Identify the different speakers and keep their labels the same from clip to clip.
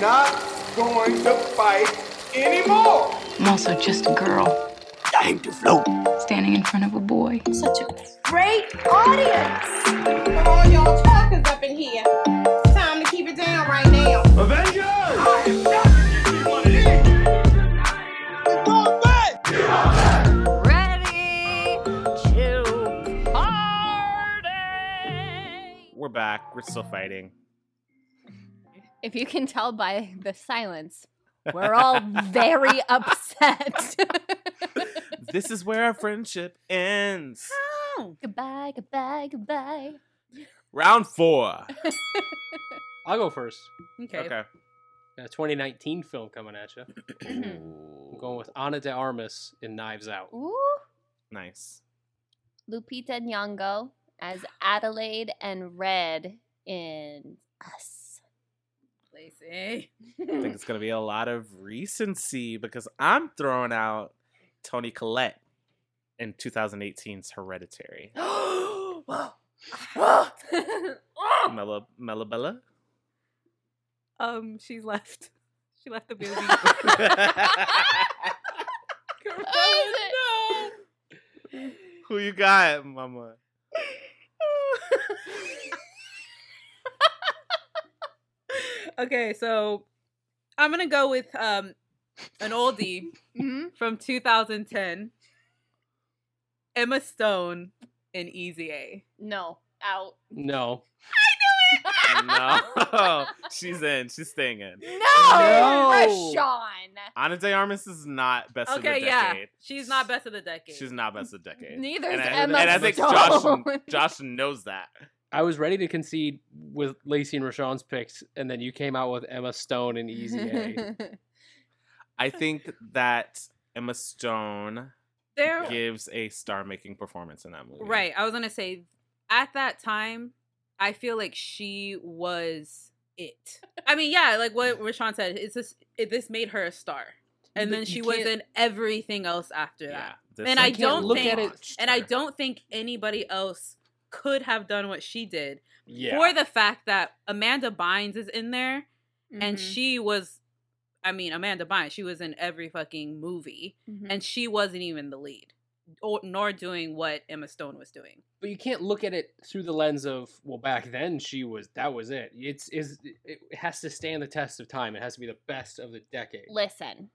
Speaker 1: not going to fight anymore.
Speaker 2: I'm also just a girl
Speaker 3: Time to float.
Speaker 2: standing in front of a boy.
Speaker 4: Such a great audience.
Speaker 5: Come on, y'all talkers up in here. It's time to keep it down right now.
Speaker 1: Avengers! I am not gonna give you what it is.
Speaker 4: Ready to party.
Speaker 6: We're back. We're still fighting.
Speaker 4: If you can tell by the silence, we're all very upset.
Speaker 6: this is where our friendship ends.
Speaker 4: goodbye, goodbye, goodbye.
Speaker 6: Round four.
Speaker 7: I'll go first.
Speaker 6: Okay.
Speaker 7: Got a 2019 film coming at you. I'm
Speaker 6: Ooh,
Speaker 7: going with Ana de Armas in Knives Out.
Speaker 4: Ooh.
Speaker 6: nice.
Speaker 4: Lupita Nyong'o as Adelaide and Red in Us.
Speaker 8: Lacey.
Speaker 6: I think it's gonna be a lot of recency because I'm throwing out Tony Collette in 2018's Hereditary. Mella, Mella Bella.
Speaker 8: um, she's left. She left the building.
Speaker 4: Oh,
Speaker 6: Who you got, Mama?
Speaker 8: okay, so I'm gonna go with um an oldie
Speaker 4: hmm
Speaker 8: from 2010. Emma Stone in Easy A.
Speaker 4: No, out.
Speaker 7: No.
Speaker 6: No, she's in. She's staying in.
Speaker 4: No,
Speaker 7: No.
Speaker 4: Rashawn.
Speaker 6: Ana de Armas is not best of
Speaker 8: Okay,
Speaker 6: the
Speaker 8: yeah.
Speaker 6: decade.
Speaker 8: She's not best of the decade.
Speaker 6: She's not best of the decade.
Speaker 4: Neither is
Speaker 6: and I,
Speaker 4: Emma
Speaker 6: and I think
Speaker 4: Stone.
Speaker 6: Josh, Josh knows that.
Speaker 7: I was ready to concede with Lacey and Rashawn's picks, and then you came out with Emma Stone and Easy A.
Speaker 6: I think that Emma Stone
Speaker 8: there.
Speaker 6: gives a star-making performance in that movie.
Speaker 8: Right. I was gonna say at that time, I feel like she was it. I mean, yeah, like what Rashawn said, it's this it, this made her a star. And
Speaker 7: But
Speaker 8: then
Speaker 7: you
Speaker 8: she was
Speaker 7: can't-
Speaker 8: in everything else after that.
Speaker 6: this
Speaker 8: And
Speaker 6: one
Speaker 8: I
Speaker 6: just
Speaker 8: don't
Speaker 7: look at it-
Speaker 6: launched
Speaker 8: And I
Speaker 6: her.
Speaker 8: don't think anybody else could have done what she did
Speaker 7: Yeah.
Speaker 8: for the fact that Amanda Bynes is in there
Speaker 4: Mm-hmm,
Speaker 8: and
Speaker 7: Mm-hmm.
Speaker 8: she was I mean, Amanda Bynes, she was in every fucking movie
Speaker 4: mm-hmm.
Speaker 7: Mm-hmm.
Speaker 8: and she wasn't even the lead or nor doing what Emma Stone was doing.
Speaker 7: but you can't look at it through the lens of well back then she was that was it it's is it it has to stand the test of time it has to be the best of the decade
Speaker 4: Listen,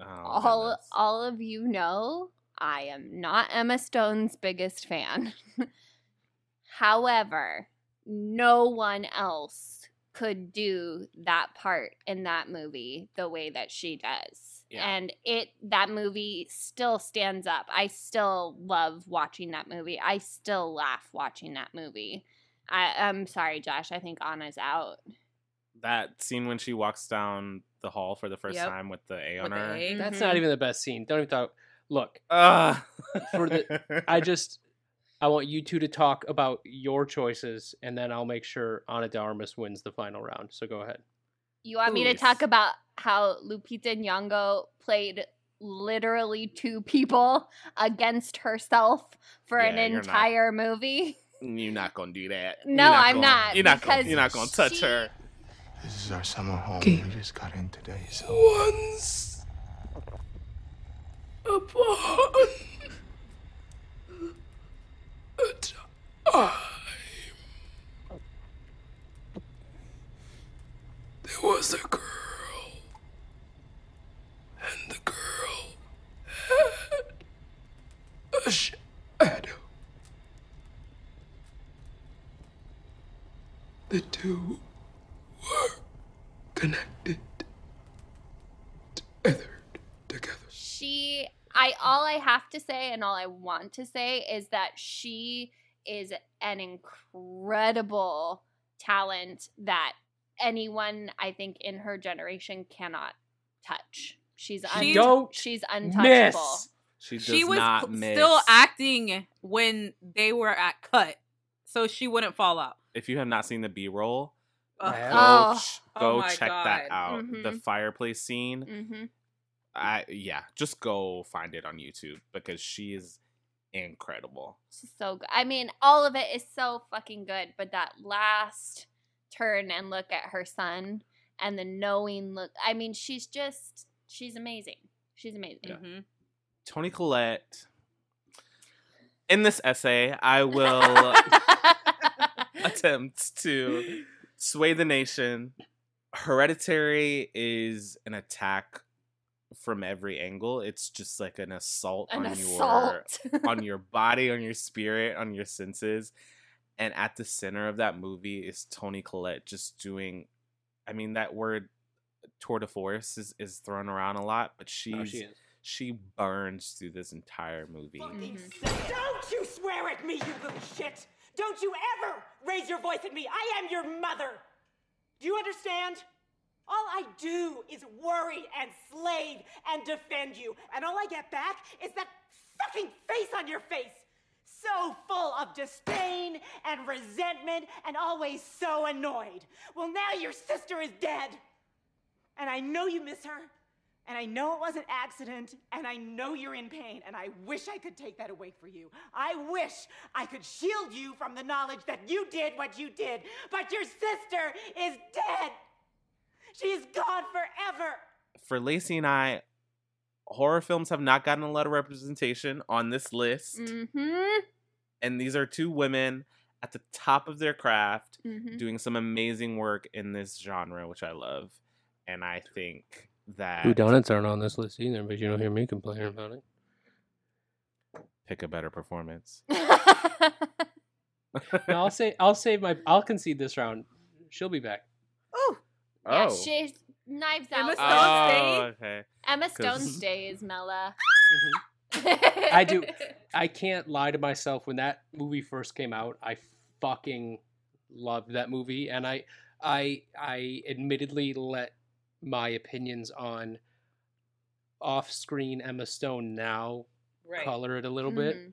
Speaker 6: Oh,
Speaker 4: all
Speaker 6: goodness.
Speaker 4: all of you know I am not Emma Stone's biggest fan. However, no one else could do that part in that movie the way that she does.
Speaker 6: Yeah.
Speaker 4: And it that movie still stands up. I still love watching that movie. I still laugh watching that movie. I, I'm sorry, Josh. I think Anna's out.
Speaker 6: that scene when she walks down the hall for the first
Speaker 8: Yep.
Speaker 6: time with the A
Speaker 8: With
Speaker 6: on
Speaker 8: the
Speaker 6: her.
Speaker 8: A.
Speaker 7: that's not even the best scene don't even talk look
Speaker 6: Ugh.
Speaker 7: For the- i just i want you two to talk about your choices and then i'll make sure anna darmus wins the final round so go ahead
Speaker 4: You want me to
Speaker 6: Oof.
Speaker 4: talk about how Lupita Nyong'o played literally two people against herself for an
Speaker 6: Yeah, you're not-
Speaker 4: entire movie?
Speaker 6: You're not gonna do that. You're
Speaker 4: No, I'm
Speaker 6: gonna-
Speaker 4: not,
Speaker 6: You're not. Gonna,
Speaker 4: because
Speaker 6: you're not gonna touch
Speaker 4: she-
Speaker 6: her.
Speaker 9: This is our summer home. We just got in today, so.
Speaker 10: Once upon a time, there was a girl, and the girl had a shadow. The two were connected, tethered together.
Speaker 4: She I all I have to say and all I want to say is that she is an incredible talent that anyone I think in her generation cannot touch. She's
Speaker 8: She-
Speaker 4: un-
Speaker 7: Don't
Speaker 4: she's
Speaker 7: miss
Speaker 4: untouchable.
Speaker 6: She does
Speaker 8: she was
Speaker 6: not
Speaker 8: cl-
Speaker 6: miss.
Speaker 8: still acting when they were at cut, so she wouldn't fall out.
Speaker 6: If you have not seen the B-roll,
Speaker 8: Ugh.
Speaker 6: go,
Speaker 7: Wow.
Speaker 4: Oh.
Speaker 6: ch-
Speaker 8: Oh
Speaker 6: go
Speaker 8: my
Speaker 6: check that
Speaker 8: God.
Speaker 6: out. The
Speaker 4: Mhm.
Speaker 6: fireplace scene.
Speaker 4: Mhm.
Speaker 6: I yeah, just go find it on YouTube because she is incredible.
Speaker 4: She's so good. I mean, all of it is so fucking good, but that last turn and look at her son and the knowing look. I mean, she's just she's amazing. She's amazing.
Speaker 8: Mhm.
Speaker 6: Tony Collette. In this essay, I will
Speaker 7: uh,
Speaker 6: attempt to sway the nation. Hereditary is an attack from every angle. It's just like an assault
Speaker 4: An
Speaker 6: on your
Speaker 4: assault.
Speaker 6: on your body, on your spirit, on your senses. And at the center of that movie is Tony Collette just doing I mean that word uh, tour de force is, is thrown around a lot, but she's
Speaker 7: Oh, she
Speaker 6: she,
Speaker 7: is.
Speaker 6: burns through this entire movie.
Speaker 3: Don't you swear at me, you little shit! Don't you ever raise your voice at me! I am your mother! Do you understand? All I do is worry and slave and defend you, and all I get back is that fucking face on your face! So full of disdain and resentment and always so annoyed. Well, now your sister is dead! And I know you miss her. And I know it was an accident. And I know you're in pain. And I wish I could take that away for you. I wish I could shield you from the knowledge that you did what you did. But your sister is dead. She's gone forever.
Speaker 6: For Lacey and I, horror films have not gotten a lot of representation on this list.
Speaker 4: Mhm.
Speaker 6: And these are two women at the top of their craft
Speaker 4: Mhm.
Speaker 6: doing some amazing work in this genre, which I love. And I think that
Speaker 7: Who donuts aren't on this list either, but you don't hear me complaining about it.
Speaker 6: pick a better performance.
Speaker 7: No, I'll say I'll save my I'll concede this round. She'll be back.
Speaker 4: Yeah,
Speaker 7: Oh.
Speaker 4: she's knives
Speaker 8: Emma
Speaker 4: out.
Speaker 8: Stone Oh.
Speaker 7: Uh,
Speaker 8: stayed?
Speaker 6: Oh. okay.
Speaker 4: Emma Stone
Speaker 6: Cause-
Speaker 4: stays, Mella.
Speaker 7: Mhm. I do. I can't lie to myself. When that movie first came out, I fucking loved that movie, and I, I, I admittedly let my opinions on off-screen Emma Stone now
Speaker 8: Right. Mm-hmm.
Speaker 7: color it a little bit.
Speaker 4: Mhm.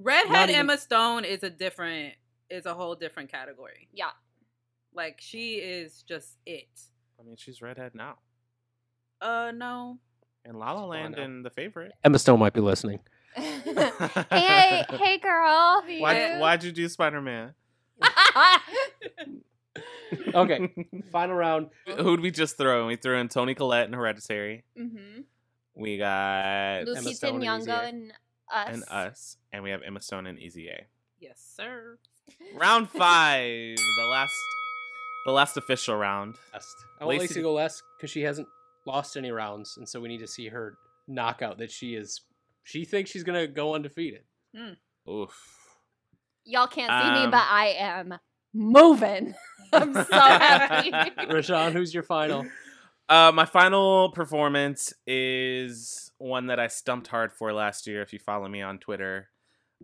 Speaker 7: Not
Speaker 8: Redhead
Speaker 7: even-
Speaker 8: Emma Stone is a different is a whole different category.
Speaker 4: Yeah.
Speaker 8: Like she is just it.
Speaker 6: I mean, she's redhead now.
Speaker 8: Uh no.
Speaker 6: And La La Land
Speaker 7: now.
Speaker 6: and The Favorite.
Speaker 7: Emma Stone might be listening.
Speaker 4: Mm-hmm. hey, hey, girl.
Speaker 6: Why'd, why'd you do Spider Man?
Speaker 7: Okay. Final round.
Speaker 6: Who'd we just throw? in? We threw in Tony Collette and Hereditary.
Speaker 4: mm-hmm.
Speaker 6: We got
Speaker 7: Emma
Speaker 4: Lupita
Speaker 7: Stone and
Speaker 4: Nyong'o
Speaker 7: Eazy-A.
Speaker 4: and us.
Speaker 6: and us, and we have Emma Stone and Easy A.
Speaker 8: Yes, sir.
Speaker 6: Round five, the last, the last official round.
Speaker 7: Last. I want
Speaker 6: Lacey-
Speaker 7: Lacey to go last because she hasn't lost any rounds, and so we need to see her knockout that she is. She thinks she's gonna go undefeated.
Speaker 6: Oof.
Speaker 4: Y'all can't see me,
Speaker 6: Um,
Speaker 4: but I am moving. I'm so happy. Mm-hmm.
Speaker 7: Rashawn, who's your final?
Speaker 6: Uh, my final performance is one that I stumped hard for last year. If you follow me on Twitter,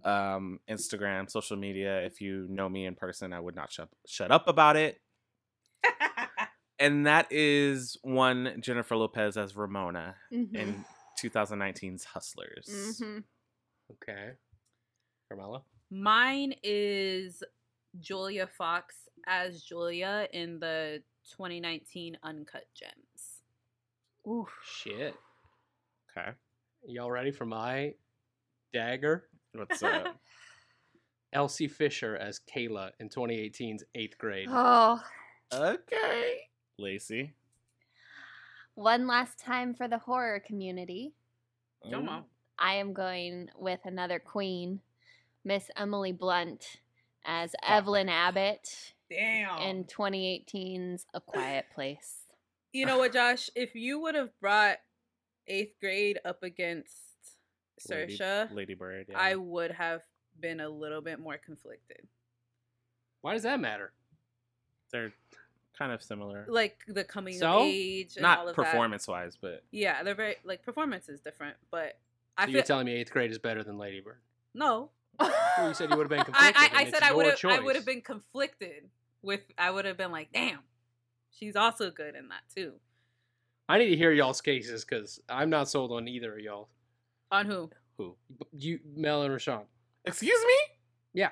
Speaker 6: um, Instagram, social media, if you know me in person, I would not shut shut up about it. And that is one Jennifer Lopez as Ramona
Speaker 4: Mhm.
Speaker 6: in 2019's Hustlers.
Speaker 8: Mm-hmm.
Speaker 4: Mhm.
Speaker 7: Okay. Carmela?
Speaker 8: Mine is Julia Fox as Julia in the 2019 Uncut Gems.
Speaker 7: Shit.
Speaker 6: Okay,
Speaker 7: Y'all ready for my dagger?
Speaker 6: what's up?
Speaker 7: Elsie Fisher as Kayla in 2018's eighth grade.
Speaker 4: Oh,
Speaker 6: okay, Lacey.
Speaker 4: one last time for the horror community.
Speaker 6: Mm.
Speaker 8: Come on.
Speaker 4: I am going with another queen, Miss Emily Blunt, as Evelyn Abbott
Speaker 8: Damn.
Speaker 4: in 2018's A Quiet Place.
Speaker 8: You know what, Josh? If you would have brought eighth grade up against
Speaker 6: Lady-
Speaker 8: Sersha,
Speaker 6: Lady Bird. yeah.
Speaker 8: I would have been a little bit more conflicted.
Speaker 7: Why does that matter?
Speaker 6: they're kind of similar,
Speaker 8: Like the coming
Speaker 7: So?
Speaker 8: of age and all
Speaker 6: not
Speaker 8: of that.
Speaker 6: performance wise, but
Speaker 8: Yeah, they're very like performance is different, but I
Speaker 7: So
Speaker 8: feel
Speaker 7: you're telling me eighth grade is better than Lady Bird?
Speaker 8: no.
Speaker 7: Well, you said you would have been
Speaker 8: I,
Speaker 7: conflicted.
Speaker 8: I, I
Speaker 7: and it's
Speaker 8: said I
Speaker 7: your
Speaker 8: would have I
Speaker 7: choice.
Speaker 8: would have been conflicted with I would have been like, damn, she's also good in that too.
Speaker 7: I need to hear y'all's cases because I'm not sold on either of y'all.
Speaker 8: On who?
Speaker 6: who?
Speaker 7: You, Mel and Rashawn.
Speaker 6: Excuse me.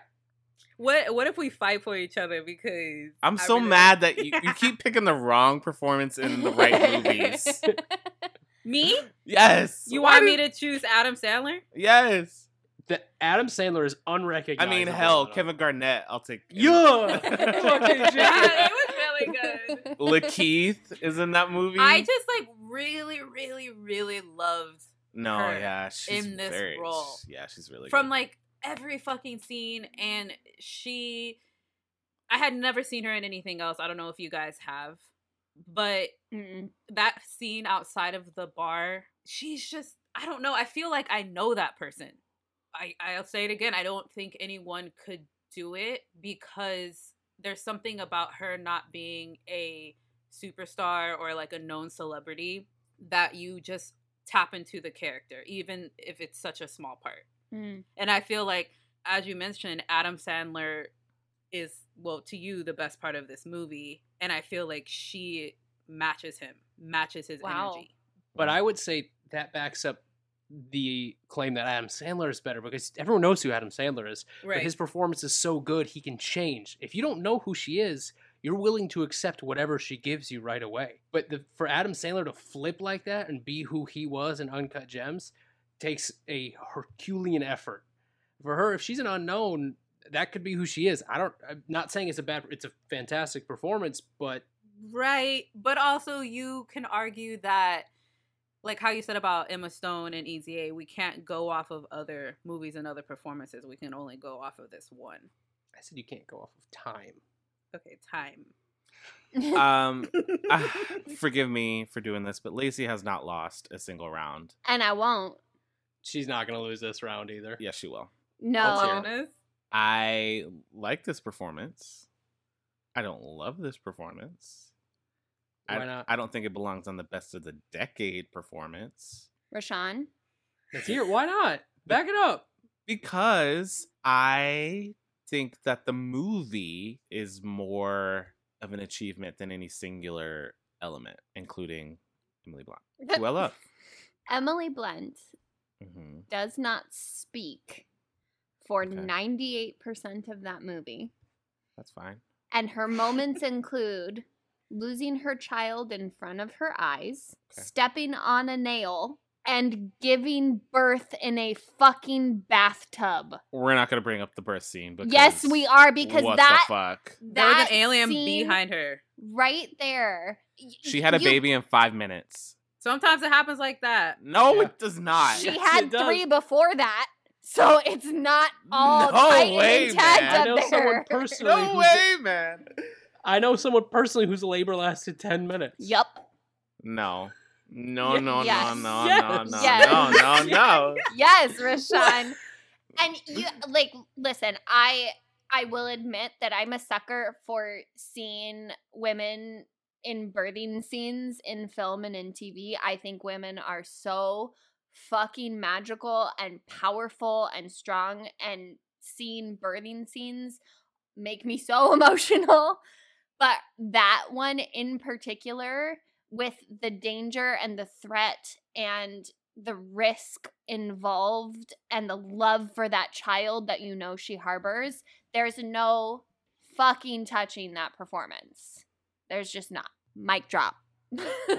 Speaker 8: What what if we fight for each other because
Speaker 6: I'm
Speaker 8: I
Speaker 6: so
Speaker 8: really-
Speaker 6: mad that you, you keep picking the wrong performance in the right movies.
Speaker 8: Me?
Speaker 6: Yes.
Speaker 8: You
Speaker 6: Why
Speaker 8: want
Speaker 6: do-
Speaker 8: me to choose Adam Sandler?
Speaker 6: Yes.
Speaker 7: The Adam Sandler is
Speaker 6: I
Speaker 7: unrecognizable.
Speaker 6: mean, hell,
Speaker 7: though.
Speaker 6: Kevin Garnett. I'll take.
Speaker 7: Yeah.
Speaker 8: Nah, it was really my god.
Speaker 6: Lakeith is in that movie.
Speaker 8: I just like really, really, really loved
Speaker 6: no,
Speaker 8: her
Speaker 6: yeah, she's
Speaker 8: in this
Speaker 6: very,
Speaker 8: role.
Speaker 6: Yeah, she's really
Speaker 8: from
Speaker 6: good.
Speaker 8: like every fucking scene and she I had never seen her in anything else. I don't know if you guys have. But
Speaker 4: Mm-mm.
Speaker 8: that scene outside of the bar, she's just I don't know. I feel like I know that person. I I'll say it again. I don't think anyone could do it because there's something about her not being a superstar or like a known celebrity that you just tap into the character even if it's such a small part.
Speaker 4: Mm.
Speaker 8: And I feel like, as you mentioned, Adam Sandler is, well, to you, the best part of this movie. And I feel like she matches him, matches his
Speaker 4: Wow.
Speaker 8: energy.
Speaker 7: But I would say that backs up the claim that Adam Sandler is better because everyone knows who Adam Sandler is. But
Speaker 8: Right.
Speaker 7: his performance is so good he can change. If you don't know who she is, you're willing to accept whatever she gives you right away. But the, for Adam Sandler to flip like that and be who he was in Uncut Gems takes a Herculean effort. For her, if she's an unknown, that could be who she is. I don't. I'm not saying it's a bad. It's a fantastic performance, but
Speaker 8: right. But also, you can argue that. Like how you said about Emma Stone and Easy A, we can't go off of other movies and other performances. We can only go off of this one.
Speaker 7: I said you can't go off of time.
Speaker 8: Okay, time.
Speaker 4: Mm.
Speaker 6: um, ah, forgive me for doing this, but Lacey has not lost a single round.
Speaker 4: and I won't.
Speaker 7: She's not going to lose this round either.
Speaker 6: Yes, she will.
Speaker 4: No.
Speaker 6: I like this performance. I don't love this performance.
Speaker 7: Why
Speaker 6: I,
Speaker 7: not?
Speaker 6: I don't think it belongs on the best of the decade performance
Speaker 4: Rashawn.
Speaker 7: Let's hear. it. Why not? Back it up.
Speaker 6: because I think that the movie is more of an achievement than any singular element, including Emily Blunt. Who I love.
Speaker 4: Emily Blunt
Speaker 6: hmm
Speaker 4: does not speak for
Speaker 6: Okay.
Speaker 4: 98% of that movie.
Speaker 6: That's fine.
Speaker 4: And her moments include losing her child in front of her eyes,
Speaker 6: Okay.
Speaker 4: stepping on a nail, and giving birth in a fucking bathtub.
Speaker 6: We're not gonna bring up the birth scene, but
Speaker 4: yes, we are because
Speaker 6: what
Speaker 4: that
Speaker 6: the fuck?
Speaker 8: There was an
Speaker 4: that
Speaker 8: alien
Speaker 4: scene
Speaker 8: behind her.
Speaker 4: right there. y-
Speaker 6: She had a
Speaker 4: you-
Speaker 6: baby in five minutes.
Speaker 8: Sometimes it happens like that.
Speaker 6: No,
Speaker 7: Yeah.
Speaker 6: it does not.
Speaker 4: She
Speaker 7: Yes,
Speaker 4: had
Speaker 7: it does.
Speaker 4: three before that, so it's not all
Speaker 6: No
Speaker 4: tight
Speaker 6: way,
Speaker 4: and
Speaker 6: man.
Speaker 7: I
Speaker 4: tagged
Speaker 7: know
Speaker 4: up
Speaker 7: someone
Speaker 4: there.
Speaker 7: personally.
Speaker 6: no
Speaker 7: who's-
Speaker 6: way, man.
Speaker 7: I know someone personally whose labor lasted ten minutes.
Speaker 4: Yup.
Speaker 6: No. No,
Speaker 7: Ye-
Speaker 6: no,
Speaker 4: yes.
Speaker 6: no, no, no,
Speaker 7: Yes.
Speaker 6: no,
Speaker 4: Yes.
Speaker 6: no, no, no.
Speaker 4: yes, Rashawn. and you like listen, I I will admit that I'm a sucker for seeing women in birthing scenes in film and in TV. I think women are so fucking magical and powerful and strong and seeing birthing scenes make me so emotional. But that one in particular with the danger and the threat and the risk involved and the love for that child that you know she harbors, there's no fucking touching that performance. There's just not. Mic drop.
Speaker 7: What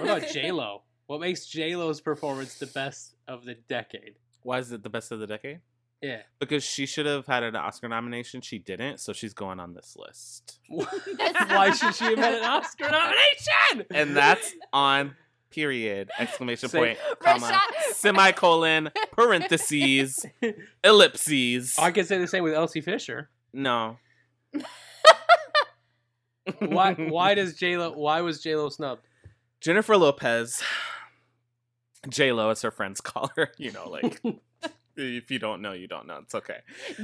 Speaker 7: about J Lo? What makes J Lo's performance the best of the decade?
Speaker 6: Why is it the best of the decade?
Speaker 7: Yeah.
Speaker 6: Because she should have had an Oscar nomination. She didn't, so she's going on this list.
Speaker 7: Why should she have had an Oscar nomination?
Speaker 6: And that's on period, exclamation
Speaker 7: Say-
Speaker 6: point, comma,
Speaker 4: Rashad-
Speaker 6: semicolon, parentheses, ellipses.
Speaker 7: I can say the same with Elsie Fisher.
Speaker 6: No.
Speaker 7: Why? Why does J Lo? Why was J Lo snubbed?
Speaker 6: Jennifer Lopez, J Lo, as her friends call her. You know, like if you don't know, you don't know. It's okay.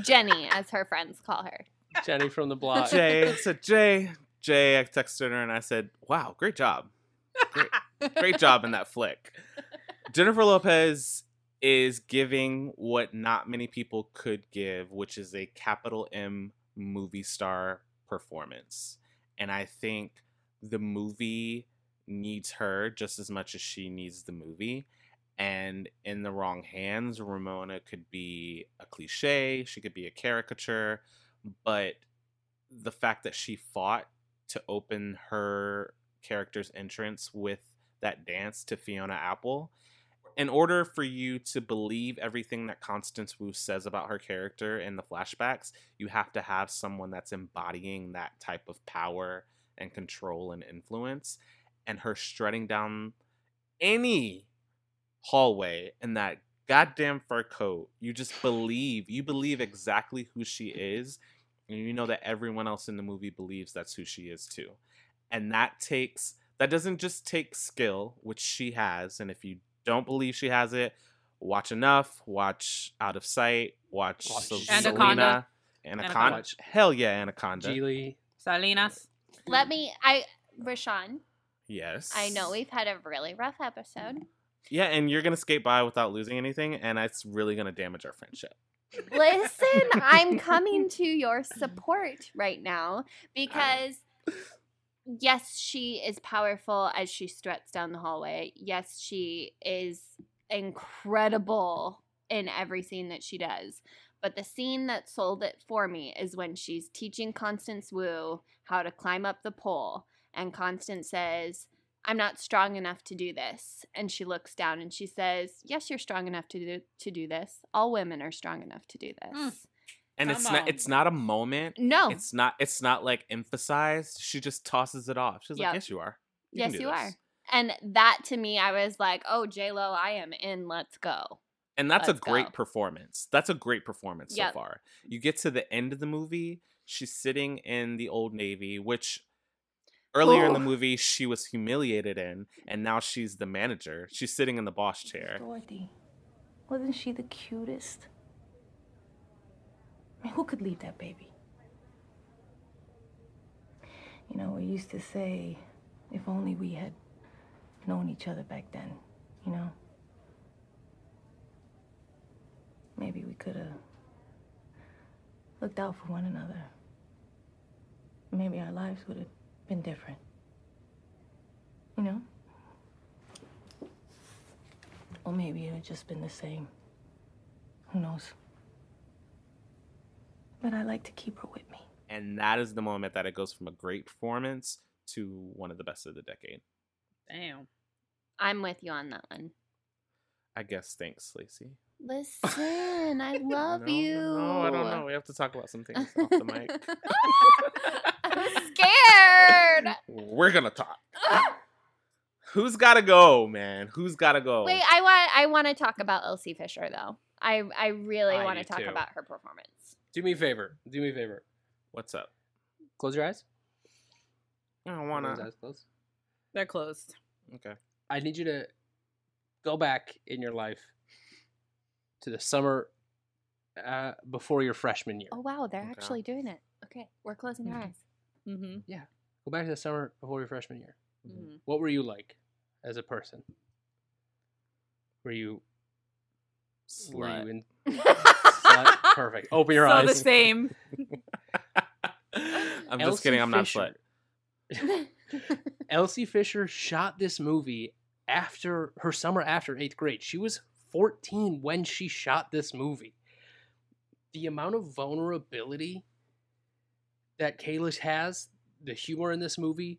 Speaker 4: Jenny, as her friends call her.
Speaker 7: Jenny from the block.
Speaker 6: Jay, I said Jay, Jay. I texted her and I said, "Wow, great job, great, great job in that flick." Jennifer Lopez is giving what not many people could give, which is a capital M movie star performance, and I think the movie needs her just as much as she needs the movie. And in the wrong hands, Ramona could be a cliche, she could be a caricature, but the fact that she fought to open her character's entrance with that dance to Fiona Apple. In order for you to believe everything that Constance Wu says about her character in the flashbacks, you have to have someone that's embodying that type of power and control and influence and her strutting down any hallway in that goddamn fur coat you just believe you believe exactly who she is and you know that everyone else in the movie believes that's who she is too and that takes that doesn't just take skill which she has and if you don't believe she has it watch enough watch out of sight watch,
Speaker 7: Watch
Speaker 6: Sel-
Speaker 8: Anaconda.
Speaker 6: Selena,
Speaker 8: Anaconda.
Speaker 6: anaconda hell yeah anaconda
Speaker 7: Geely.
Speaker 8: Salinas.
Speaker 4: Let me. I Rashawn.
Speaker 6: yes
Speaker 4: I know we've had a really rough episode.
Speaker 6: yeah and you're gonna skate by without losing anything and it's really gonna damage our friendship
Speaker 4: Listen, I'm coming to your support right now because yes, she is powerful as she struts down the hallway. Yes, she is incredible in every scene that she does. But the scene that sold it for me is when she's teaching Constance Wu how to climb up the pole and Constance says, I'm not strong enough to do this. And she looks down and she says, Yes, you're strong enough to do, to do this. All women are strong enough to do this.
Speaker 8: Mm.
Speaker 6: and it's
Speaker 8: Come
Speaker 6: not
Speaker 8: on.
Speaker 6: it's not a moment
Speaker 4: No.
Speaker 6: Hmm. it's not it's not like emphasized she just tosses it off she's
Speaker 4: Yep.
Speaker 6: like yes you are can
Speaker 4: yes,
Speaker 6: do
Speaker 4: you
Speaker 6: this."
Speaker 4: are. And that to me, I was like, Oh, Lo, I am in. Let's go.
Speaker 6: and that's
Speaker 4: Let's
Speaker 6: a great
Speaker 4: go.
Speaker 6: performance that's a great performance
Speaker 4: Yep.
Speaker 6: so far you get to the end of the movie she's sitting in the old navy which earlier in the
Speaker 4: Ooh.
Speaker 6: movie she was humiliated in and now she's the manager she's sitting in the boss chair
Speaker 11: Dorothy. Wasn't she the cutest? Man, who could leave that baby? You know, we used to say, if only we had known each other back then, you know? Maybe we could have looked out for one another. Maybe our lives would have been different. You know? Or maybe it had just been the same. Who knows? But I like to keep her with me.
Speaker 6: and that is the moment that it goes from a great performance to one of the best of the decade
Speaker 8: Damn.
Speaker 4: I'm with you on that one.
Speaker 6: i guess thanks lacey
Speaker 4: Listen, I love
Speaker 6: no,
Speaker 4: you.
Speaker 6: no i don't know we have to talk about some things off the mic
Speaker 4: I'm scared.
Speaker 6: we're gonna talk who's gotta go man who's gotta go
Speaker 4: Wait, I want I want to talk about Elsie Fisher though. I I really
Speaker 7: I
Speaker 6: Ah,
Speaker 4: want to
Speaker 7: do,
Speaker 4: talk
Speaker 7: too.
Speaker 4: about her performance.
Speaker 7: Do me a favor. Do me a favor.
Speaker 6: what's up
Speaker 7: Close your eyes.
Speaker 6: i don't
Speaker 7: Everyone's
Speaker 6: wanna
Speaker 7: eyes closed.
Speaker 8: They're closed.
Speaker 6: okay
Speaker 7: I need you to go back in your life to the summer uh, before your freshman year.
Speaker 4: Oh wow, they're
Speaker 6: Okay.
Speaker 4: actually doing it. Okay, we're closing our eyes.
Speaker 8: Mm-hmm.
Speaker 7: Go back to the summer before your freshman year.
Speaker 4: Mm.
Speaker 8: mm-hmm.
Speaker 7: What were you like as a person? Were you were you in slut? Perfect. Open your
Speaker 8: so
Speaker 7: eyes.
Speaker 8: Mm-hmm. the same.
Speaker 6: I'm
Speaker 7: Elsie
Speaker 6: just kidding. I'm not slut.
Speaker 7: Fisher. Elsie Fisher shot this movie after her summer after eighth grade. She was 14 when she shot this movie. The amount of vulnerability that Kalish has, the humor in this movie,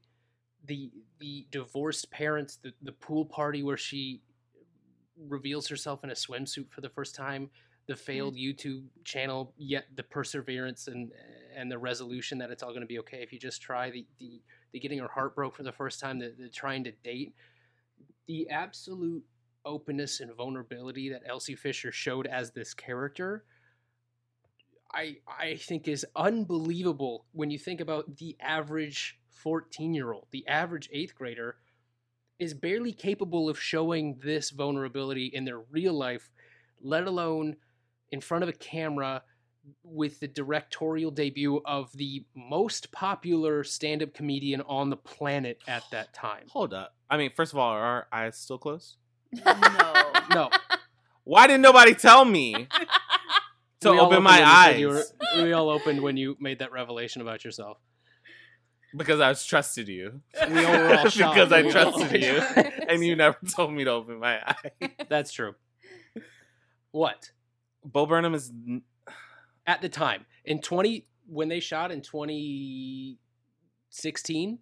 Speaker 7: the the divorced parents, the, the pool party where she reveals herself in a swimsuit for the first time, the failed YouTube channel, yet the perseverance and and the resolution that it's all going to be okay if you just try the the the getting her heart broke for the first time, the, the trying to date, the absolute openness and vulnerability that Elsie Fisher showed as this character, I I think is unbelievable when you think about the average 14 year old, the average eighth grader is barely capable of showing this vulnerability in their real life, let alone in front of a camera with the directorial debut of the most popular stand-up comedian on the planet at that time.
Speaker 6: Hold up. I mean, first of all, are our eyes still closed?
Speaker 8: No.
Speaker 7: No,
Speaker 6: Why didn't nobody tell me to
Speaker 7: we all
Speaker 6: open
Speaker 7: opened
Speaker 6: my
Speaker 7: when you said
Speaker 6: eyes?
Speaker 7: you were- we all opened when you made that revelation about yourself.
Speaker 6: Because I was trusted you.
Speaker 7: We all were all shocked.
Speaker 6: because I
Speaker 7: We all
Speaker 6: trusted you,
Speaker 7: opened-
Speaker 6: and you never told me to open my eyes.
Speaker 7: That's true. What
Speaker 6: Bo Burnham is. n-
Speaker 7: at the time in twenty when they shot in twenty sixteen,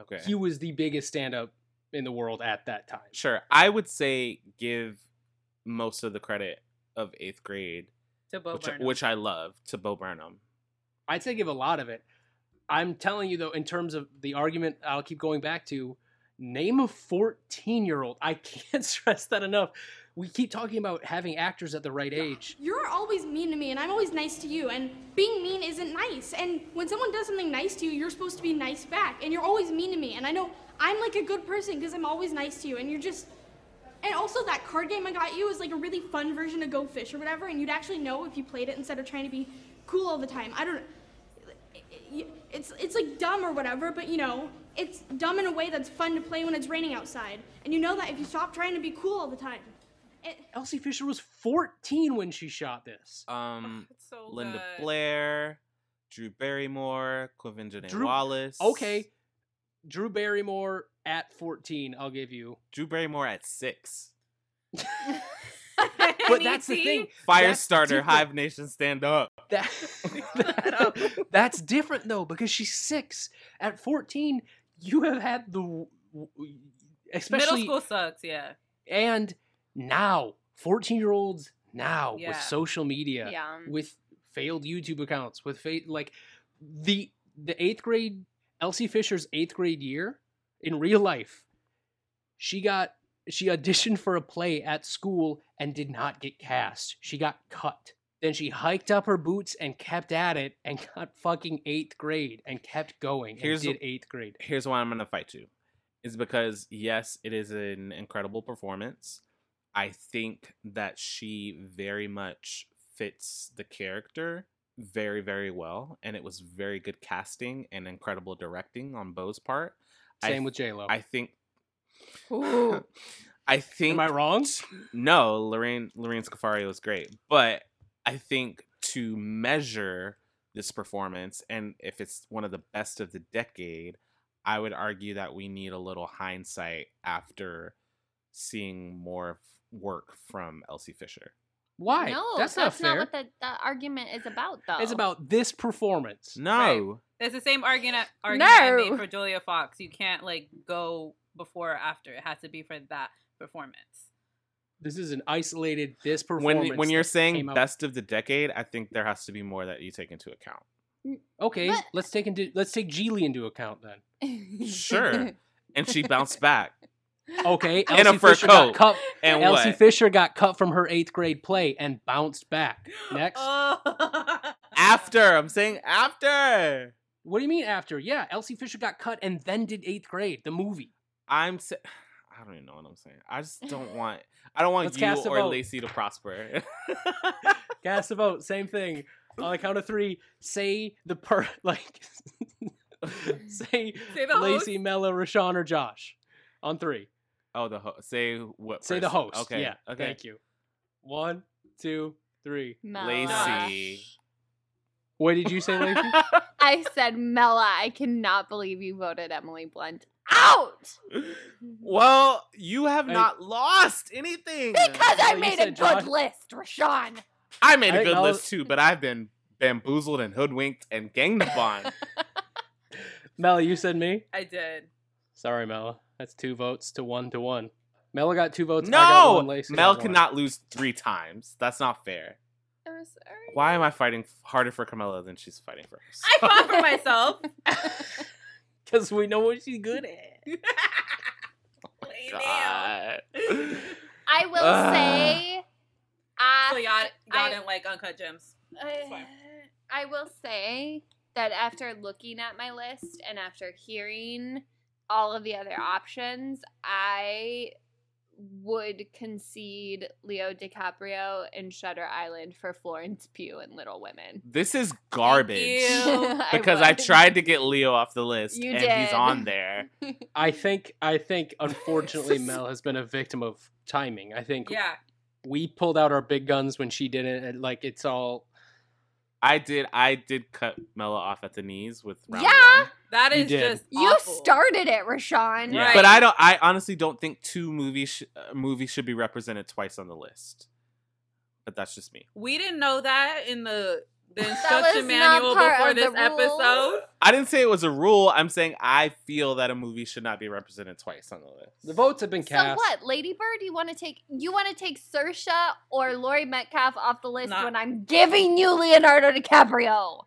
Speaker 6: Okay.
Speaker 7: he was the biggest stand-up in the world at that time.
Speaker 6: sure. I would say give most of the credit of eighth grade,
Speaker 8: To Bo
Speaker 6: which,
Speaker 8: Burnham.
Speaker 6: which I love, to Bo Burnham.
Speaker 7: I'd say give a lot of it. I'm telling you though, in terms of the argument, I'll keep going back to name a 14 year old. I can't stress that enough. We keep talking about having actors at the right age.
Speaker 12: You're always mean to me, and I'm always nice to you, and being mean isn't nice. And when someone does something nice to you, you're supposed to be nice back, and you're always mean to me. And I know I'm like a good person because I'm always nice to you, and you're just. And also, that card game I got you is like a really fun version of Go Fish or whatever, and you'd actually know if you played it instead of trying to be cool all the time. I don't. It's it's like dumb or whatever, but you know, it's dumb in a way that's fun to play when it's raining outside, and you know that if you stop trying to be cool all the time.
Speaker 7: Elsie Fisher was 14 when she shot this.
Speaker 6: Um, Linda Blair, Drew Barrymore, Clavin
Speaker 7: Drew-
Speaker 6: Wallace.
Speaker 7: Okay. Drew Barrymore at 14, I'll give you.
Speaker 6: Drew Barrymore at six.
Speaker 7: But that's the thing. That's
Speaker 6: Firestarter,
Speaker 7: different.
Speaker 6: Hive Nation, stand up.
Speaker 7: That, um, that's different though because she's six. At 14, you have had the w- w- especially
Speaker 8: Middle school sucks, yeah.
Speaker 7: and now 14 year olds now
Speaker 8: Yeah.
Speaker 7: with social media
Speaker 8: Yeah.
Speaker 7: with failed youtube accounts with fa- like the the eighth grade elsie fisher's eighth grade year in real life she got she auditioned for a play at school and did not get cast she got cut then she hiked up her boots and kept at it and got fucking eighth grade and kept going and
Speaker 6: Here's-
Speaker 7: did eighth grade
Speaker 6: Here's why I'm going to fight you is because, yes, it is an incredible performance. I think that she very much fits the character very, very well. And it was very good casting and incredible directing on Bo's part. I
Speaker 7: Same with J-Lo.
Speaker 6: I think
Speaker 7: Ooh.
Speaker 6: I think. Am I
Speaker 7: wrong?
Speaker 6: No, Lorraine Lorraine Scafario was great, but I think to measure this performance and if it's one of the best of the decade, I would argue that we need a little hindsight after seeing more of work from Elsie Fisher.
Speaker 7: why
Speaker 4: No,
Speaker 7: that's, not fair
Speaker 4: what the, the argument is about, though.
Speaker 7: it's about this performance
Speaker 6: no
Speaker 8: That's the same argument argument I made for Julia Fox. You can't like go before or after. It has to be for that performance.
Speaker 7: this is an isolated this performance.
Speaker 6: When when you're
Speaker 7: that came
Speaker 6: saying
Speaker 7: out-
Speaker 6: best of the decade, I think there has to be more that you take into account.
Speaker 7: okay, let's take into let's take Geely into account then.
Speaker 6: Sure. and she bounced back.
Speaker 7: Okay,
Speaker 6: In a
Speaker 7: Elsie
Speaker 6: fur
Speaker 7: Fisher got
Speaker 6: coat.
Speaker 7: cut-
Speaker 6: And
Speaker 7: Elsie
Speaker 6: what?
Speaker 7: Fisher got cut from her eighth grade play and bounced back. Next,
Speaker 8: Uh.
Speaker 6: after I'm saying after.
Speaker 7: What do you mean after? Yeah, Elsie Fisher got cut and then did eighth grade, the movie.
Speaker 6: I'm sa- I don't even know what I'm saying. I just don't want I don't want
Speaker 7: Let's
Speaker 6: you
Speaker 7: cast a
Speaker 6: or
Speaker 7: vote.
Speaker 6: Lacey to prosper.
Speaker 7: Cast a vote, same thing. On the count of three, say the per like say,
Speaker 8: Say the
Speaker 7: Lacey, Mella, Rashawn, or Josh. On three.
Speaker 6: oh, the ho- say what?
Speaker 7: Say the
Speaker 6: person?
Speaker 7: host.
Speaker 6: Okay.
Speaker 7: Yeah,
Speaker 6: Okay.
Speaker 7: thank you. One, two, three.
Speaker 6: Lacey.
Speaker 7: What did you say, Lacey?
Speaker 4: I said, Mela, I cannot believe you voted Emily Blunt out
Speaker 6: Well, you have
Speaker 4: I-
Speaker 6: not lost anything
Speaker 4: because I
Speaker 6: Oh, you
Speaker 4: made a
Speaker 6: said
Speaker 4: good
Speaker 6: Josh.
Speaker 4: list, Rashawn.
Speaker 6: I made
Speaker 7: I
Speaker 6: a good
Speaker 7: acknowledge-
Speaker 6: list too, but I've been bamboozled and hoodwinked and ganged upon.
Speaker 7: Mella, you said me?
Speaker 8: I did.
Speaker 7: Sorry, Mella. That's two votes to one to one. Mella got two votes. I got one,
Speaker 6: no,
Speaker 7: Lacey
Speaker 6: Mel
Speaker 7: got one.
Speaker 6: cannot lose three times. That's not fair.
Speaker 4: I'm sorry.
Speaker 6: Why am I fighting harder for Carmela than she's fighting for herself?
Speaker 8: I fought for myself.
Speaker 7: Because we know what she's good at.
Speaker 6: Oh God.
Speaker 4: I will
Speaker 8: Ugh.
Speaker 4: say, I,
Speaker 8: So y'all, y'all
Speaker 4: I-
Speaker 8: didn't like Uncut Gems.
Speaker 4: I, I will say that after looking at my list and after hearing all of the other options, I would concede Leo DiCaprio in Shutter Island for Florence Pugh in Little Women.
Speaker 6: This is garbage.
Speaker 4: I
Speaker 6: because I,
Speaker 4: would.
Speaker 6: tried to get Leo off the list
Speaker 4: You
Speaker 6: and
Speaker 4: did.
Speaker 6: he's on there.
Speaker 7: I think. I think. Unfortunately, Mel has been a victim of timing. I think.
Speaker 8: Yeah.
Speaker 7: We pulled out our big guns when she didn't. And like it's all.
Speaker 6: I did I did cut Mella off at the knees with round
Speaker 4: Yeah.
Speaker 6: one.
Speaker 8: That
Speaker 6: You is did. just
Speaker 4: you started it, Rashawn.
Speaker 6: But I don't I honestly don't think two movies sh- uh, movies should be represented twice on the list. But that's just me.
Speaker 8: We didn't know that in the the
Speaker 4: was
Speaker 8: instruction
Speaker 4: not
Speaker 8: manual
Speaker 4: part
Speaker 8: before
Speaker 4: of the
Speaker 8: this episode.
Speaker 6: I didn't say it was a rule. I'm saying I feel that a movie should not be represented twice on the list.
Speaker 7: The votes have been
Speaker 4: So what, Lady Bird? You want to take you want to take Sersha or Lori Metcalf off the list when I'm giving you Leonardo DiCaprio?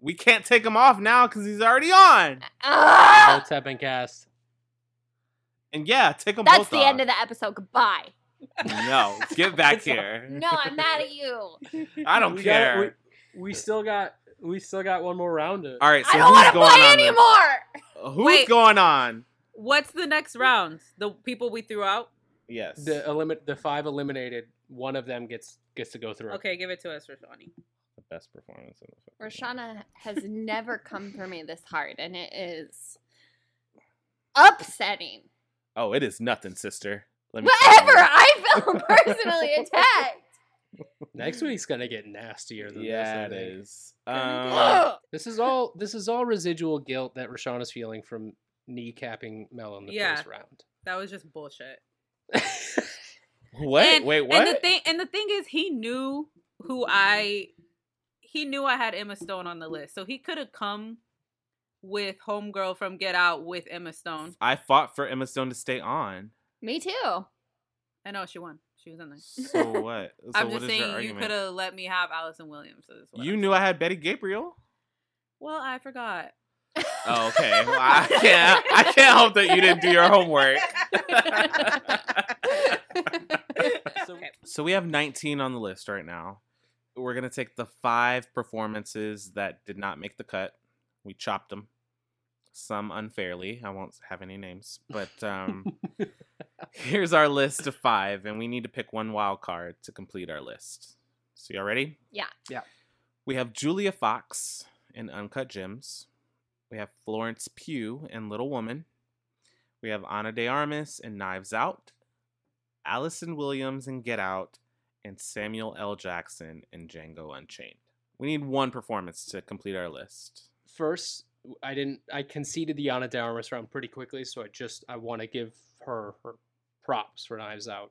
Speaker 6: we can't take him off now because he's already on.
Speaker 4: Uh,
Speaker 7: Votes have been cast.
Speaker 6: And yeah, take them
Speaker 4: That's
Speaker 6: both
Speaker 4: the
Speaker 6: off.
Speaker 4: end of the episode. Goodbye.
Speaker 6: No, get back here.
Speaker 4: No, I'm mad at you.
Speaker 6: I don't
Speaker 7: We gotta-
Speaker 6: care.
Speaker 7: we, we still got we still got one more round. Of,
Speaker 6: All right, so who's going on? then? Who's
Speaker 8: Wait.
Speaker 6: going on?
Speaker 8: What's the next round? The people we threw out?
Speaker 6: Yes.
Speaker 7: The uh, elimit the five eliminated. One of them gets gets to go through.
Speaker 8: Okay, give it to us, Rashani.
Speaker 6: The best performance in the
Speaker 4: Roshana has never come for me this hard, and it is upsetting.
Speaker 6: Oh, it is nothing, sister. Let tell
Speaker 4: Whatever,
Speaker 6: you.
Speaker 4: I felt personally attacked.
Speaker 7: Next week's gonna get nastier than
Speaker 6: Yeah,
Speaker 7: this. I
Speaker 6: it
Speaker 7: think.
Speaker 6: is. Um,
Speaker 4: Ugh.
Speaker 7: this is all this is all residual guilt that Rashawn is feeling from kneecapping Mel in the
Speaker 8: Yeah.
Speaker 7: first round.
Speaker 8: That was just bullshit.
Speaker 6: wait,
Speaker 8: and,
Speaker 6: wait,
Speaker 8: And the
Speaker 6: what?
Speaker 8: thing and the thing is he knew who I he knew I had Emma Stone on the list. So he could have come with Homegirl from Get Out with Emma Stone.
Speaker 6: I fought for Emma Stone to stay on.
Speaker 4: Me too.
Speaker 8: I know she won. She was in there.
Speaker 6: So what? So
Speaker 8: I'm
Speaker 6: what
Speaker 8: just
Speaker 6: is your
Speaker 8: saying you
Speaker 6: argument?
Speaker 8: could have let me have Allison Williams. So this is what
Speaker 6: You
Speaker 8: I'm
Speaker 6: knew I had Betty Gabriel.
Speaker 8: Well, I forgot.
Speaker 6: Oh, okay. Well, I can't. I can't hope that you didn't do your homework. So we have 19 on the list right now. We're gonna take the five performances that did not make the cut. We chopped them, some unfairly. I won't have any names, but um, here's our list of five, and we need to pick one wild card to complete our list. So y'all ready?
Speaker 4: Yeah.
Speaker 7: Yeah.
Speaker 6: We have Julia Fox in Uncut Gems. We have Florence Pugh in Little Woman. We have Ana de Armas in Knives Out. Allison Williams in Get Out. And Samuel L. Jackson in Django Unchained. We need one performance to complete our list.
Speaker 7: First, I didn't I conceded the Anna de Armas round pretty quickly, so I just I want to give her her props for Knives Out.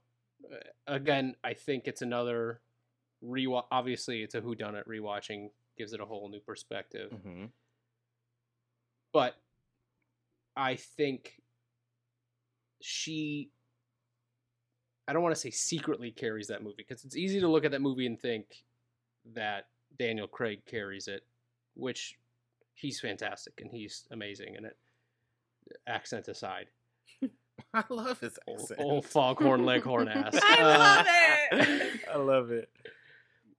Speaker 7: Uh, Again, I think it's another rewatch. Obviously, it's a whodunit rewatching gives it a whole new perspective.
Speaker 6: Mm-hmm.
Speaker 7: but I think she I don't want to say secretly carries that movie because it's easy to look at that movie and think that Daniel Craig carries it, which he's fantastic and he's amazing in it. Accent aside,
Speaker 6: I love his
Speaker 7: old,
Speaker 6: accent.
Speaker 7: old foghorn leghorn ass.
Speaker 8: I love
Speaker 6: it. I love it.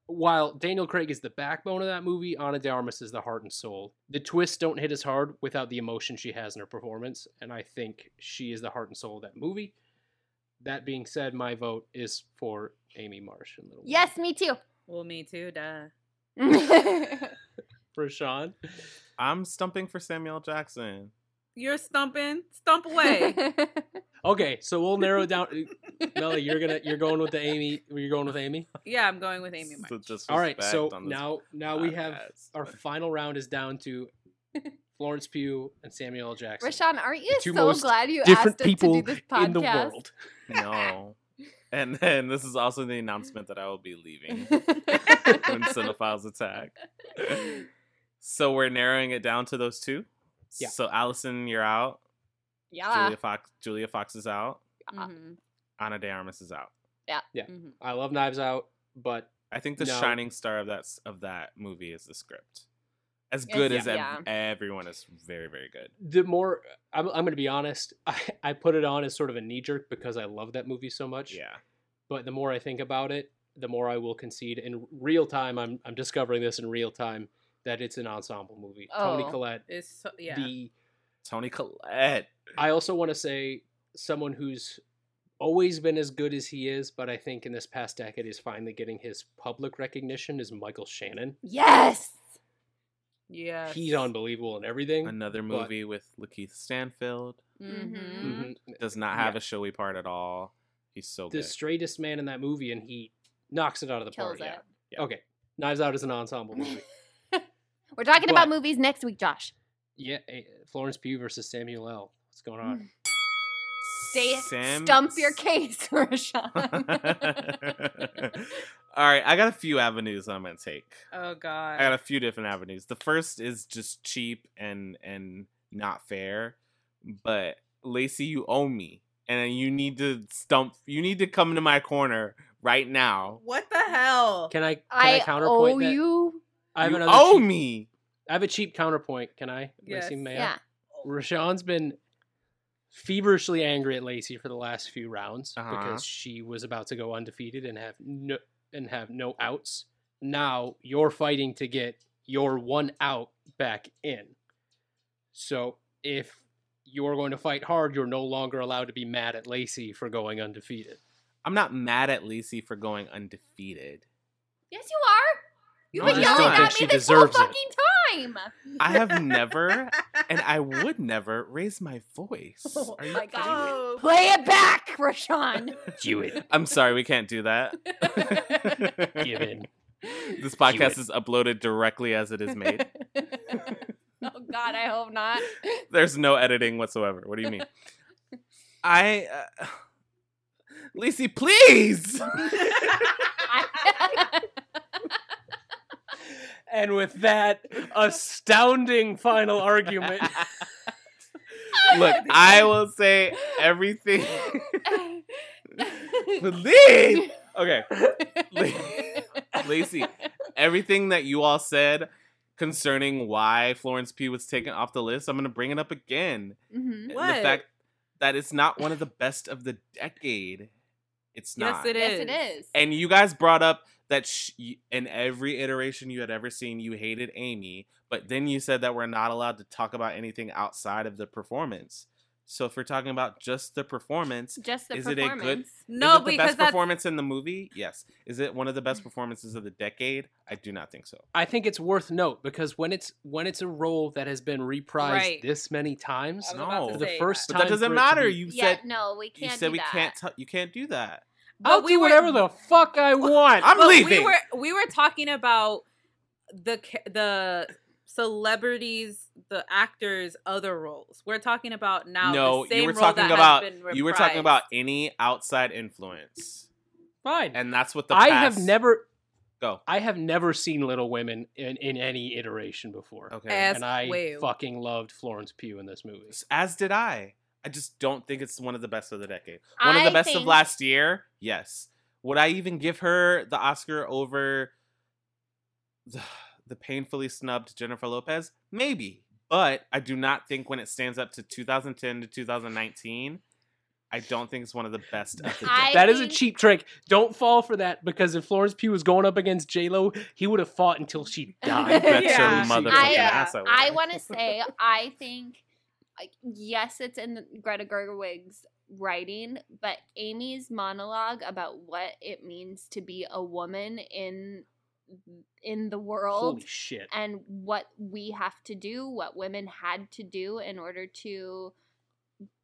Speaker 7: While Daniel Craig is the backbone of that movie, Ana de Armas is the heart and soul. The twists don't hit as hard without the emotion she has in her performance, and I think she is the heart and soul of that movie. That being said, my vote is for Amy Marsh and Little
Speaker 4: Yes, me too.
Speaker 8: Well, me too, duh.
Speaker 7: for Sean.
Speaker 6: I'm stumping for Samuel Jackson.
Speaker 8: You're stumping. Stump away.
Speaker 7: Okay, so we'll narrow it down. Melly, you're gonna you're going with the Amy. You're going with Amy.
Speaker 8: yeah, I'm going with Amy
Speaker 6: This is
Speaker 8: March.
Speaker 6: the
Speaker 7: All right. So
Speaker 6: disrespect on this
Speaker 7: now now we have
Speaker 6: podcast.
Speaker 7: our final round is down to Florence Pugh and Samuel L. Jackson.
Speaker 4: Rashawn, aren't you
Speaker 7: The two
Speaker 4: so
Speaker 7: most
Speaker 4: glad you asked
Speaker 7: different
Speaker 4: us to
Speaker 7: people
Speaker 4: do this podcast?
Speaker 7: in the world.
Speaker 6: No. And then this is also the announcement that I will be leaving when Cinephiles attack. So we're narrowing it down to those two.
Speaker 7: Yeah.
Speaker 6: So Allison, you're out.
Speaker 4: Yeah.
Speaker 7: uh,
Speaker 4: Mm-hmm.
Speaker 6: Julia Fox Julia Fox is out.
Speaker 8: Mhm,
Speaker 6: Anna De Armas is out.
Speaker 8: mhm.
Speaker 7: I love Knives Out, but
Speaker 6: I think the
Speaker 7: No.
Speaker 6: shining star of that s- of that movie is the script. As
Speaker 4: Yes,
Speaker 6: good as ev-
Speaker 4: yeah.
Speaker 6: everyone is very very good.
Speaker 7: the more I'm, I'm going to be honest, I, I put it on as sort of a knee jerk because I love that movie so much.
Speaker 6: Yeah.
Speaker 7: But the more I think about it, the more I will concede in real time. I'm I'm discovering this in real time that it's an ensemble movie. Tony
Speaker 4: Oh.
Speaker 7: Collette.
Speaker 8: It's so, yeah.
Speaker 7: The
Speaker 6: Tony Collette.
Speaker 7: I also want to say someone who's always been as good as he is, but I think in this past decade is finally getting his public recognition is Michael Shannon.
Speaker 4: yes.
Speaker 8: yeah.
Speaker 7: He's unbelievable in everything.
Speaker 6: Another
Speaker 7: but-
Speaker 6: movie with Lakeith Stanfield
Speaker 8: Mm-hmm.
Speaker 7: Mhm.
Speaker 6: does not have
Speaker 7: Yeah.
Speaker 6: a showy part at all. He's so
Speaker 7: the
Speaker 6: good.
Speaker 7: straightest man in that movie, and he knocks it out of the
Speaker 4: Kills
Speaker 7: park.
Speaker 4: it.
Speaker 7: Yeah. Okay. Knives Out is an ensemble movie.
Speaker 4: We're talking about
Speaker 7: But-
Speaker 4: movies next week, Josh.
Speaker 7: yeah. eh, Florence Pugh versus Samuel L. What's going
Speaker 4: Hmm.
Speaker 7: on?
Speaker 4: Stay,
Speaker 6: Sam-
Speaker 4: stump your case, Rashawn.
Speaker 6: All right, I got a few avenues I'm gonna take.
Speaker 8: Oh
Speaker 6: I
Speaker 8: God.
Speaker 6: got a few different avenues. The first is just cheap and and not fair, but Lacey, you owe me, and you need to stump. You need to come into my corner right now.
Speaker 8: what the hell?
Speaker 7: Can I? Can I,
Speaker 4: I
Speaker 7: counterpoint
Speaker 4: owe
Speaker 7: that?
Speaker 4: you.
Speaker 7: I have
Speaker 6: you
Speaker 7: another.
Speaker 6: owe
Speaker 7: cheap,
Speaker 6: me.
Speaker 7: I I have a cheap counterpoint. Can I, Lacey?
Speaker 8: Yes.
Speaker 7: May I?
Speaker 8: Yeah.
Speaker 7: Rashawn's been feverishly angry at Lacey for the last few rounds
Speaker 6: Uh-huh.
Speaker 7: because she was about to go undefeated and have no and have no outs. Now you're fighting to get your one out back in. So if you're going to fight hard, you're no longer allowed to be mad at Lacey for going undefeated.
Speaker 6: I'm not mad at Lacey for going undefeated.
Speaker 4: Yes, you are. You've
Speaker 6: No,
Speaker 4: been
Speaker 6: I just don't
Speaker 4: yelling
Speaker 6: think
Speaker 4: at me
Speaker 6: she
Speaker 4: this whole
Speaker 6: deserves it.
Speaker 4: fucking time.
Speaker 7: Oh
Speaker 6: I have never, and I would never raise my voice.
Speaker 4: Oh
Speaker 6: Are you
Speaker 4: my
Speaker 6: kidding me?
Speaker 4: god. Play it back, Rashawn.
Speaker 6: I'm sorry, we can't do that.
Speaker 7: Give in.
Speaker 6: This podcast is uploaded directly as it is made.
Speaker 4: oh god, I hope not.
Speaker 6: There's no editing whatsoever. What do you mean? I, uh, Lacey, please.
Speaker 7: And with that astounding final argument,
Speaker 6: Look, I will say everything. Believe. Okay. La- Lacey, everything that you all said concerning why Florence P was taken off the list, I'm going to bring it up again.
Speaker 4: Mhm.
Speaker 6: And
Speaker 8: What?
Speaker 6: The fact that it's not one of the best of the decade. It's
Speaker 8: Yes,
Speaker 6: not.
Speaker 8: it
Speaker 4: Yes,
Speaker 8: is.
Speaker 4: it is.
Speaker 6: And you guys brought up that sh- y- in every iteration you had ever seen, you hated Amy, but then you said that we're not allowed to talk about anything outside of the performance. So if we're talking about just the performance,
Speaker 4: Just the
Speaker 6: is it a
Speaker 4: performance.
Speaker 6: good? is
Speaker 8: No,
Speaker 6: it the
Speaker 8: because
Speaker 6: best
Speaker 8: that's-
Speaker 6: performance in the movie. Yes, is it one of the best performances of the decade? I do not think so.
Speaker 7: I think it's worth note because when it's when it's a role that has been reprised
Speaker 8: Right. Uh,
Speaker 7: this many times,
Speaker 8: I was about
Speaker 6: No,
Speaker 8: to
Speaker 7: the
Speaker 8: say
Speaker 7: first
Speaker 6: but
Speaker 7: time
Speaker 6: that doesn't
Speaker 7: for it to
Speaker 6: matter.
Speaker 7: be-
Speaker 6: You
Speaker 4: yeah,
Speaker 6: said
Speaker 4: no, we
Speaker 6: you
Speaker 4: can't
Speaker 6: said
Speaker 4: do
Speaker 6: we
Speaker 4: that.
Speaker 6: can't. T- you can't do that.
Speaker 7: I'll
Speaker 8: But
Speaker 7: do
Speaker 8: were-
Speaker 7: whatever the fuck I want.
Speaker 6: I'm
Speaker 8: but
Speaker 6: leaving.
Speaker 8: We were we were talking about the ca- the celebrities, the actors, other roles. We're talking about now.
Speaker 6: no,
Speaker 8: the same
Speaker 6: you were
Speaker 8: role
Speaker 6: talking
Speaker 8: that
Speaker 6: about
Speaker 8: has been
Speaker 6: you were talking
Speaker 8: reprised.
Speaker 6: about any outside influence,
Speaker 7: Fine.
Speaker 6: and that's what the
Speaker 7: I have
Speaker 6: past-
Speaker 7: never
Speaker 6: go.
Speaker 7: I have never seen Little Women in, in any iteration before.
Speaker 6: Okay,
Speaker 8: As
Speaker 7: And I
Speaker 8: well.
Speaker 7: fucking loved Florence Pugh in this movie.
Speaker 6: as did I. I just don't think it's one of the best of the decade. One of the
Speaker 4: I
Speaker 6: best of
Speaker 4: think-
Speaker 6: last year, yes. Would I even give her the Oscar over the, the painfully snubbed Jennifer Lopez? Maybe, but I do not think when it stands up to 2010 to 2019, I don't think it's one of the best of the
Speaker 4: I
Speaker 6: decade.
Speaker 7: that is a
Speaker 4: think-
Speaker 7: cheap trick. Don't fall for that because if Florence Pugh was going up against J Lo, he would have fought until she
Speaker 6: I
Speaker 7: died.
Speaker 6: bet
Speaker 8: Yeah.
Speaker 6: your motherfucking
Speaker 4: I- uh,
Speaker 6: ass I would.
Speaker 4: I want to say I think like, yes, it's in the- Greta Gerwig's writing, but Amy's monologue about what it means to be a woman in in the world
Speaker 7: Holy shit.
Speaker 4: and what we have to do, what women had to do in order to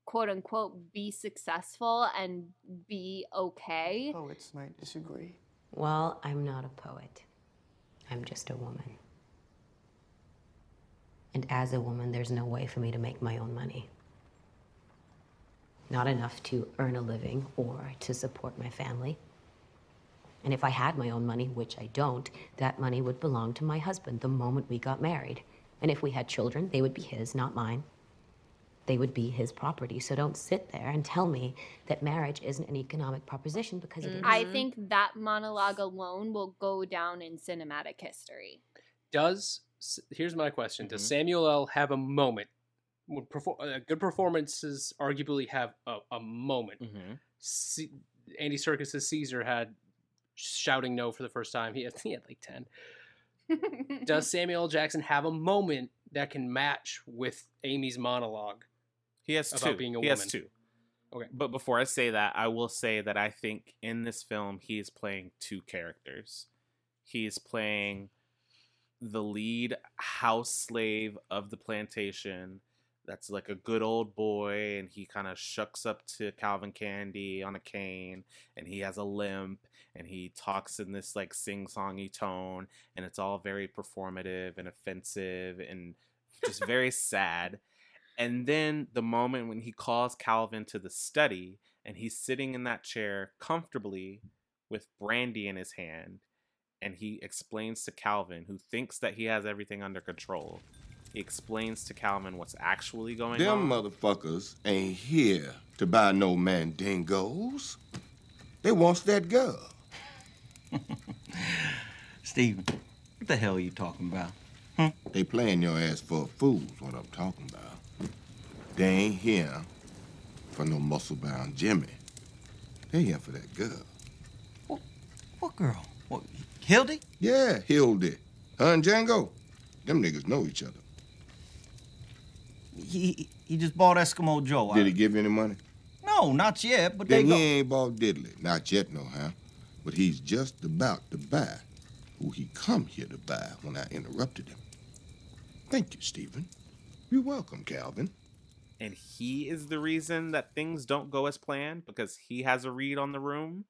Speaker 4: quote unquote be successful and be okay.
Speaker 3: Oh,
Speaker 13: Poets might disagree.
Speaker 14: Well, I'm not a poet. I'm just a woman. And as a woman, there's no way for me to make my own money. Not enough to earn a living or to support my family. And if I had my own money, which I don't, that money would belong to my husband the moment we got married. And if we had children, they would be his, not mine. They would be his property. So don't sit there and tell me that marriage isn't an economic proposition because it is.
Speaker 4: I think that monologue alone will go down in cinematic history.
Speaker 7: does S- here's my question does samuel l have a moment when perfor- uh, good performances arguably have a, a moment
Speaker 6: Mm. Mm-hmm.
Speaker 7: C- andy circus's caesar had shouting no for the first time he had, he had like 10 does samuel L. jackson have a moment that can match with amy's monologue
Speaker 6: He has
Speaker 7: about
Speaker 6: two.
Speaker 7: being a
Speaker 6: he
Speaker 7: woman.
Speaker 6: has two.
Speaker 7: Okay.
Speaker 6: But before I say that, I will say that I think in this film he is playing two characters. He is playing the lead house slave of the plantation. That's like a good old boy, and he kind of shucks up to Calvin Candy on a cane, and he has a limp, and he talks in this like sing songy tone, and it's all very performative and offensive and just very sad. And then the moment when he calls Calvin to the study and he's sitting in that chair comfortably with brandy in his hand and he explains to Calvin who thinks that he has everything under control. He explains to Calvin what's actually going on.
Speaker 15: Them motherfuckers ain't here to buy no mandingos. They wants that girl.
Speaker 16: Steven, what the hell are you talking about?
Speaker 15: They playing your ass for a fool, is what I'm talking about. They ain't here for no muscle-bound Jimmy. They here for that girl.
Speaker 13: What girl? What, Hildy?
Speaker 15: Yeah, Hildy. Her and Django. Them niggas know each other.
Speaker 13: He, he just bought Eskimo Joe.
Speaker 15: Did he give you any money?
Speaker 13: No, not yet, but they
Speaker 15: then he
Speaker 13: go.
Speaker 15: ain't bought diddly. Not yet, no, huh? But he's just about to buy who he come here to buy when I interrupted him. Thank you, Stephen. You're welcome, Calvin.
Speaker 6: and he is the reason that things don't go as planned because he has a read on the room,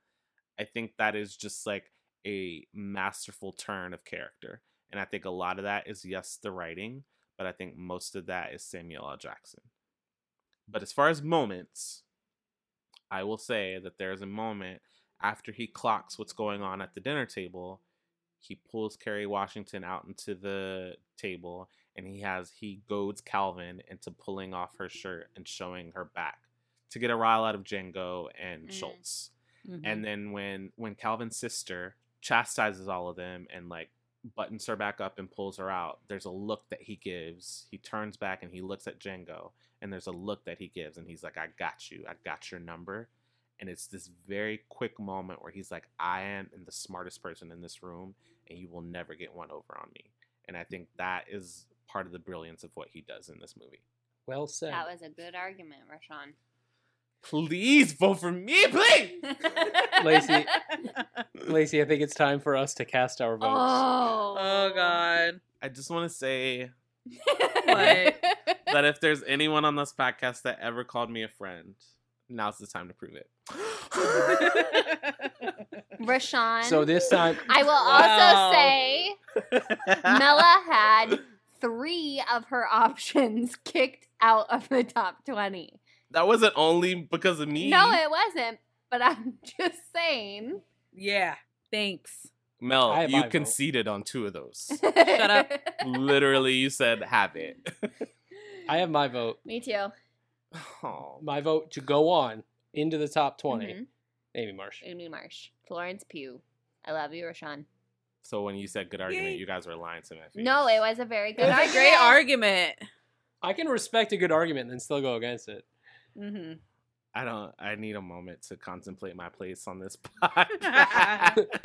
Speaker 6: I think that is just like a masterful turn of character. And I think a lot of that is, yes, the writing, but I think most of that is Samuel L. Jackson. But as far as moments, I will say that there's a moment after he clocks what's going on at the dinner table. He pulls Kerry Washington out into the table and he has he goads Calvin into pulling off her shirt and showing her back to get a rile out of Django and
Speaker 16: Mm.
Speaker 6: Schultz.
Speaker 16: Mhm.
Speaker 6: And then when when Calvin's sister chastises all of them and like buttons her back up and pulls her out, there's a look that he gives. He turns back and he looks at Django and there's a look that he gives and he's like, I got you. I got your number. And it's this very quick moment where he's like, I am the smartest person in this room and you will never get one over on me. And I think that is part of the brilliance of what he does in this movie.
Speaker 7: Well said.
Speaker 4: That was a good argument, Rashawn.
Speaker 6: Please vote for me, please.
Speaker 7: Lacey, Lacey, I think it's time for us to cast our votes.
Speaker 4: Oh.
Speaker 8: Oh God.
Speaker 6: I just want to say
Speaker 8: Like,
Speaker 6: that if there's anyone on this podcast that ever called me a friend, now's the time to prove it.
Speaker 4: Rashawn.
Speaker 7: So this time,
Speaker 4: I will
Speaker 7: Wow.
Speaker 4: also say Mela had three of her options kicked out of the top 20.
Speaker 6: That wasn't only because of me.
Speaker 4: No, it wasn't, but I'm just saying.
Speaker 8: Yeah. Thanks.
Speaker 6: Mel,
Speaker 7: I have my
Speaker 6: you
Speaker 7: vote.
Speaker 6: conceded on two of those.
Speaker 8: Shut up.
Speaker 6: Literally, you said have it.
Speaker 7: I have my vote.
Speaker 4: Me too.
Speaker 7: Oh, My vote to go on into the top 20.
Speaker 4: Mhm.
Speaker 7: Amy Marsh.
Speaker 4: Amy Marsh. Florence Pugh. I love you, Rashawn.
Speaker 6: So when you said good argument,
Speaker 4: Yay.
Speaker 6: you guys were lying to me.
Speaker 4: No, it was a very good
Speaker 8: That's
Speaker 4: argument.
Speaker 8: a great argument.
Speaker 7: I can respect a good argument and then still go against it.
Speaker 8: Mm-hmm.
Speaker 6: I don't. I need a moment to contemplate my place on this podcast.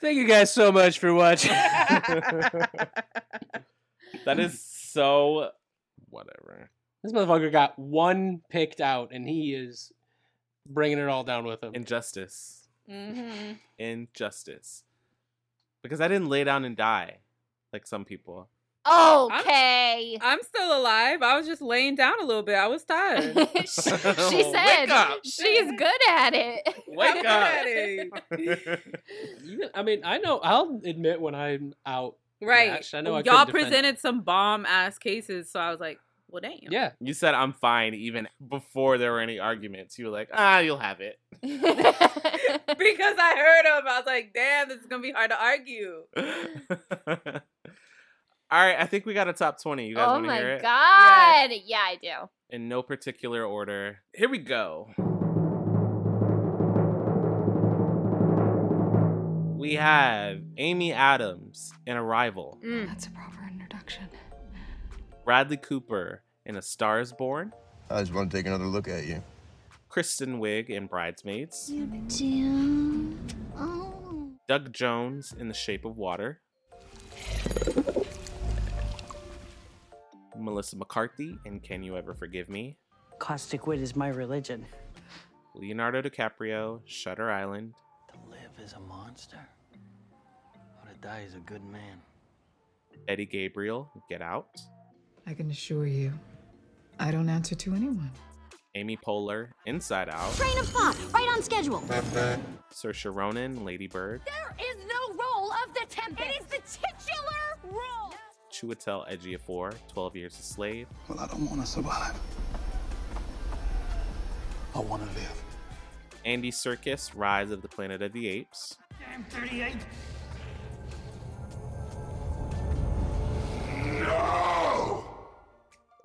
Speaker 7: Thank you guys so much for watching.
Speaker 6: that is so whatever.
Speaker 7: This motherfucker got one picked out, and he is bringing it all down with him.
Speaker 6: Injustice.
Speaker 8: Mm-hmm.
Speaker 6: Injustice. Because I didn't lay down and die like some people.
Speaker 4: Okay.
Speaker 8: I'm, still alive. I was just laying down a little bit. I was tired.
Speaker 4: She said
Speaker 8: up.
Speaker 4: she's good at it.
Speaker 6: Wake up.
Speaker 7: You- I mean, I know. I'll admit when I'm out.
Speaker 8: Right.
Speaker 7: I know I
Speaker 8: Y'all
Speaker 7: couldn't defend-
Speaker 8: presented some bomb ass cases, so I was like, well, damn.
Speaker 7: Yeah.
Speaker 6: You said I'm fine even before there were any arguments. You were like, ah, you'll have it.
Speaker 8: because I heard him, I was like, damn, this is going to be hard to argue.
Speaker 6: All right, I think we got a top 20. You guys
Speaker 4: Oh
Speaker 6: want to
Speaker 4: my
Speaker 6: hear it?
Speaker 4: god. Yeah, I do.
Speaker 6: In no particular order. Here we go. We have Amy Adams in Arrival,
Speaker 2: That's a proper introduction.
Speaker 6: Bradley Cooper in A Star is Born,
Speaker 17: I just want to take another look at you.
Speaker 6: Kristen Wiig in Bridesmaids, Doug Jones in The Shape of Water, Melissa McCarthy in Can You Ever Forgive Me,
Speaker 18: Caustic wit is my religion.
Speaker 6: Leonardo DiCaprio, Shutter Island,
Speaker 18: Live is a monster. Or to die is a good man.
Speaker 6: Eddie Gabriel, Get Out,
Speaker 19: I can assure you, I don't answer to anyone.
Speaker 6: Amy Poehler, Inside Out,
Speaker 20: Train of thought, right on schedule.
Speaker 6: Saoirse Ronan, Lady Bird,
Speaker 20: There is no role of the Tempest. It is the titular role.
Speaker 6: Chiwetel Ejiofor, 12 Years a Slave,
Speaker 10: Well, I don't want to survive. I want to live.
Speaker 6: Andy Serkis, Rise of the Planet of the Apes,
Speaker 10: I'm 38.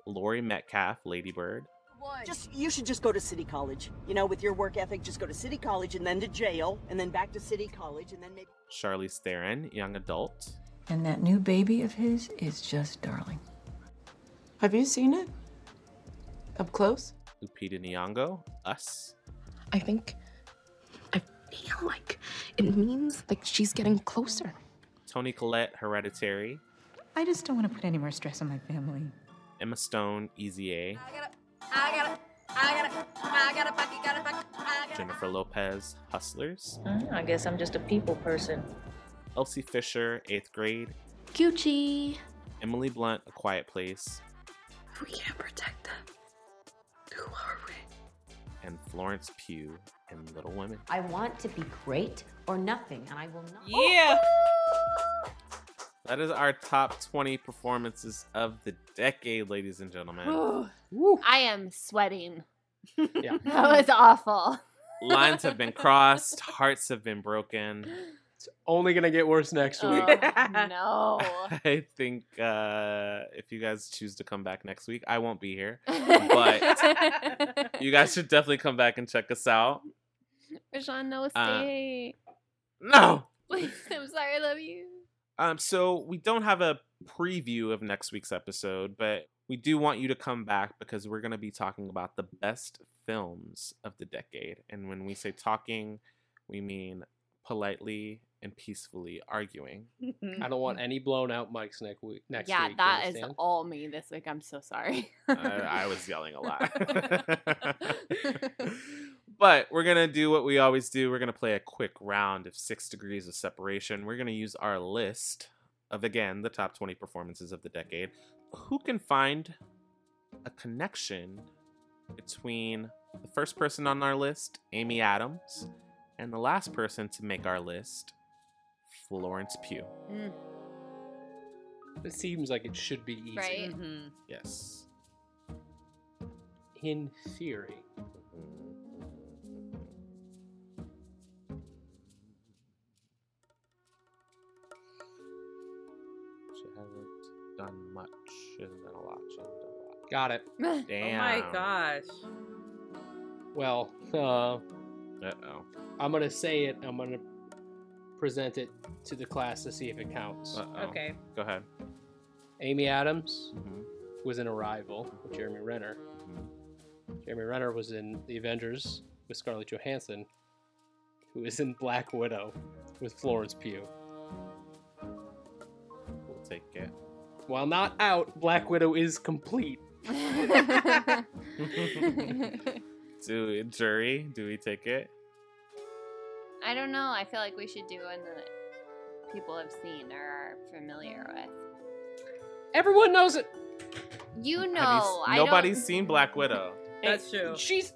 Speaker 6: Laurie Metcalf, Lady Bird,
Speaker 18: Just you should just go to city college. You know, with your work ethic, just go to city college and then to jail and then back to city college and then maybe
Speaker 6: Charlize Theron, Young Adult,
Speaker 11: And that new baby of his is just darling.
Speaker 16: Have you seen it? Up close?
Speaker 6: Lupita Nyong'o, us.
Speaker 16: I think I feel like it means like she's getting closer.
Speaker 6: Tony Collette, Hereditary.
Speaker 21: I just don't want to put any more stress on my family.
Speaker 6: Emma Stone, Easy A.
Speaker 20: I gotta, I gotta, I gotta, fuck, you gotta, fuck, I gotta.
Speaker 6: Jennifer Lopez, Hustlers.
Speaker 11: Hmm, I guess I'm just a people person.
Speaker 6: Elsie Fisher, Eighth Grade.
Speaker 12: Gucci.
Speaker 6: Emily Blunt, A Quiet Place.
Speaker 16: We can't protect them. Who are we?
Speaker 6: And Florence Pugh in Little Women.
Speaker 14: I want to be great or nothing, and I will not.
Speaker 8: Yeah.
Speaker 6: That is our top 20 performances of the decade, ladies and gentlemen.
Speaker 4: I am sweating.
Speaker 6: Yeah.
Speaker 4: That was awful.
Speaker 6: Lines have been crossed, hearts have been broken.
Speaker 7: Only gonna get worse next week.
Speaker 4: Oh, Um, no.
Speaker 6: I think uh, if you guys choose to come back next week, I won't be here. But you guys should definitely come back and check us out.
Speaker 4: Rajan, no
Speaker 6: Uh,
Speaker 4: stay.
Speaker 6: No!
Speaker 4: Please, I'm sorry, I love you.
Speaker 6: Um, so we don't have a preview of next week's episode, but we do want you to come back because we're going to be talking about the best films of the decade. And when we say talking, we mean politely and peacefully arguing.
Speaker 7: I don't want any blown out mics next week. Next
Speaker 4: yeah,
Speaker 7: week, you
Speaker 4: that is
Speaker 7: understand?
Speaker 4: all me this week. I'm so sorry.
Speaker 6: I, I was yelling a lot. but we're going to do what we always do. We're going to play a quick round of six degrees of separation. We're going to use our list of, again, the top 20 performances of the decade. Who can find a connection between the first person on our list, Amy Adams, and the last person to make our list, Florence Pugh?
Speaker 7: It seems like it should be easy.
Speaker 4: Right?
Speaker 7: Mm-hmm.
Speaker 6: Yes.
Speaker 7: In theory.
Speaker 6: She hasn't done much. She hasn't done a lot. She hasn't done a lot.
Speaker 7: Got it.
Speaker 6: Damn.
Speaker 8: Oh my gosh.
Speaker 7: Well, uh,
Speaker 6: Uh oh.
Speaker 7: I'm gonna say it. I'm gonna present it to the class to see if it counts.
Speaker 6: Uh oh. Go ahead. Mm-hmm.
Speaker 7: Amy Adams was in Arrival with Jeremy Renner. Jeremy Renner was in The Avengers with Scarlett Johansson, who is in Black Widow with Florence Pugh.
Speaker 6: We'll take it.
Speaker 7: While not out, Black Widow is complete.
Speaker 6: Do jury? Do we take it?
Speaker 4: I don't know. I feel like we should do one that people have seen or are familiar with.
Speaker 7: Everyone knows it.
Speaker 4: You know,
Speaker 6: Have you s-
Speaker 4: I
Speaker 6: nobody's
Speaker 4: don't...
Speaker 6: seen Black Widow.
Speaker 8: That's true.
Speaker 7: She's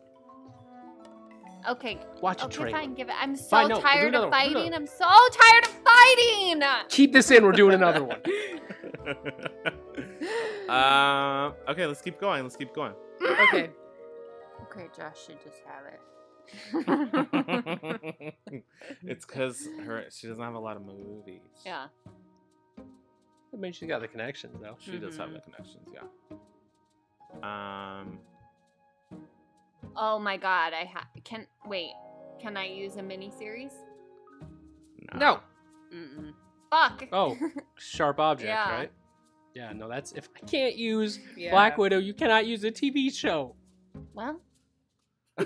Speaker 4: Okay.
Speaker 7: Watch a
Speaker 4: okay,
Speaker 7: trailer.
Speaker 4: fine. Give it. I'm so
Speaker 7: Fine, no, we'll do
Speaker 4: tired
Speaker 7: another
Speaker 4: of
Speaker 7: one, we'll do
Speaker 4: fighting.
Speaker 7: another
Speaker 4: I'm so tired of fighting.
Speaker 7: Keep this in. We're doing another one.
Speaker 6: um. Okay. Let's keep going. Let's keep going.
Speaker 8: Okay.
Speaker 4: Okay, Josh should just have it.
Speaker 6: it's because her she doesn't have a lot of movies.
Speaker 4: Yeah.
Speaker 7: I mean, she's got the connections though.
Speaker 6: She does have the
Speaker 4: Mm-hmm.
Speaker 6: connections. Yeah. Um.
Speaker 4: Oh my god, I ha- can wait. Can I use a mini series?
Speaker 7: No.
Speaker 8: Mm-mm.
Speaker 4: Fuck.
Speaker 7: Oh, sharp object,
Speaker 4: Yeah.
Speaker 7: right? Yeah. No, that's if I can't use
Speaker 8: Yeah.
Speaker 7: Black Widow, you cannot use a TV show.
Speaker 4: Well,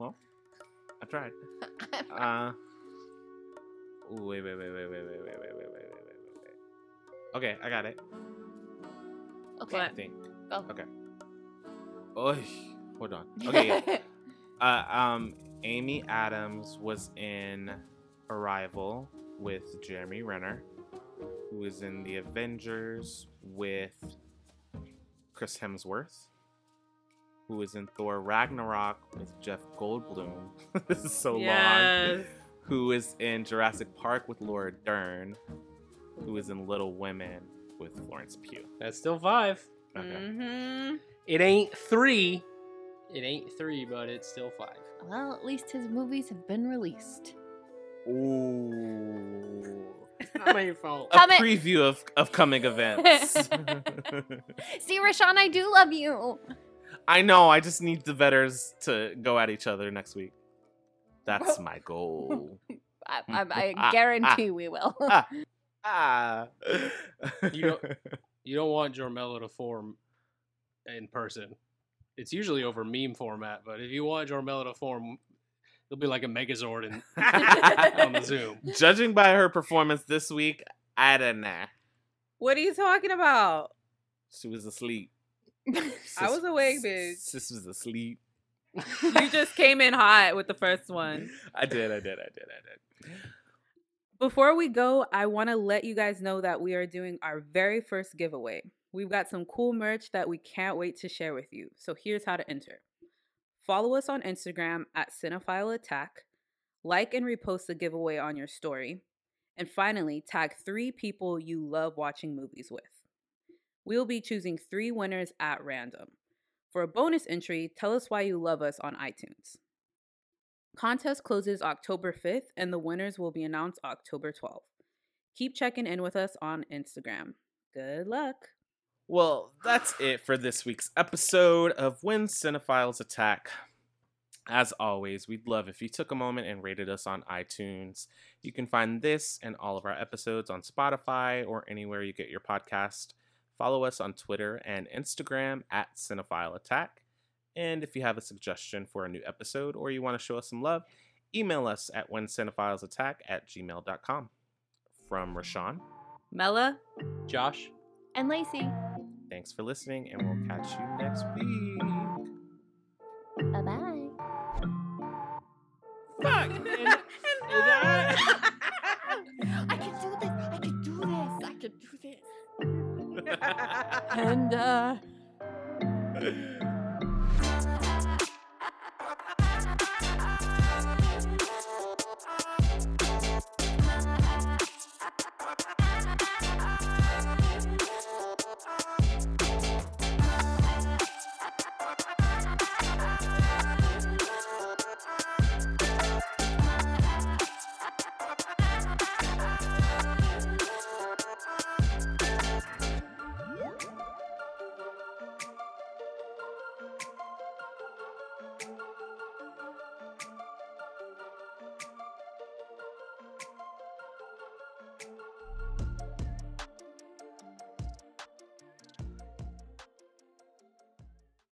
Speaker 6: well, I tried. Uh. ooh, Wait, wait, wait, wait, wait, wait, wait, wait, wait, wait, wait, wait, wait, wait. Okay, I got it.
Speaker 4: okay.
Speaker 6: I think.
Speaker 4: Go.
Speaker 6: Okay. Oy, hold on. Okay. Yeah. uh, um, Amy Adams was in Arrival with Jeremy Renner, who was in The Avengers with Chris Hemsworth, who was in Thor Ragnarok with Jeff Goldblum. this is so long.
Speaker 8: Yes.
Speaker 6: Who is in Jurassic Park with Laura Dern, who is in Little Women with Florence Pugh.
Speaker 7: That's still five.
Speaker 6: Okay.
Speaker 8: Mm-hmm.
Speaker 7: It ain't three. It ain't three, but it's still five.
Speaker 4: Well, at least his movies have been released.
Speaker 8: Mm.
Speaker 6: Ooh.
Speaker 7: Not my fault.
Speaker 6: A
Speaker 4: Come it-
Speaker 6: preview of upcoming events.
Speaker 4: See, Rashawn, I do love you.
Speaker 6: I know, I just need the vetters to go at each other next week. That's my goal.
Speaker 7: Mm, ah,
Speaker 4: I, I, I guarantee we will.
Speaker 6: Ah. Ah.
Speaker 7: you don't you don't want Jormelo to form in person. It's usually over meme format, but if you want Jormelo to form, it'll be like a Megazord in, on the Zoom.
Speaker 6: Judging by her performance this week, I don't know.
Speaker 8: What are you talking about?
Speaker 6: She was asleep.
Speaker 8: I was awake, bitch.
Speaker 6: Sis was asleep.
Speaker 8: You just came in hot with the first one.
Speaker 6: I did, I did, I did, I did.
Speaker 8: Before we go, I want to let you guys know that we are doing our very first giveaway. We've got some cool merch that we can't wait to share with you. So here's how to enter follow us on Instagram at Cinephile Attack, like and repost the giveaway on your story, and finally, tag three people you love watching movies with. We'll be choosing three winners at random. For a bonus entry, tell us why you love us on iTunes. Contest closes October 5th, and the winners will be announced October 12th. Keep checking in with us on Instagram. Good luck.
Speaker 6: Well, that's it for this week's episode of When Cinephiles Attack. As always, we'd love if you took a moment and rated us on iTunes. You can find this and all of our episodes on Spotify or anywhere you get your podcast. Follow us on Twitter and Instagram at Cinephile Attack. And if you have a suggestion for a new episode or you want to show us some love, email us at whencinephilesattack at gmail.com. From Rashawn,
Speaker 8: Mela,
Speaker 7: Josh,
Speaker 4: and Lacey.
Speaker 6: thanks for listening, and we'll catch you next week.
Speaker 4: Bye bye.
Speaker 6: Fuck!
Speaker 20: I can do this. I can do this. I can do this.
Speaker 4: And, uh,.
Speaker 20: Thank you.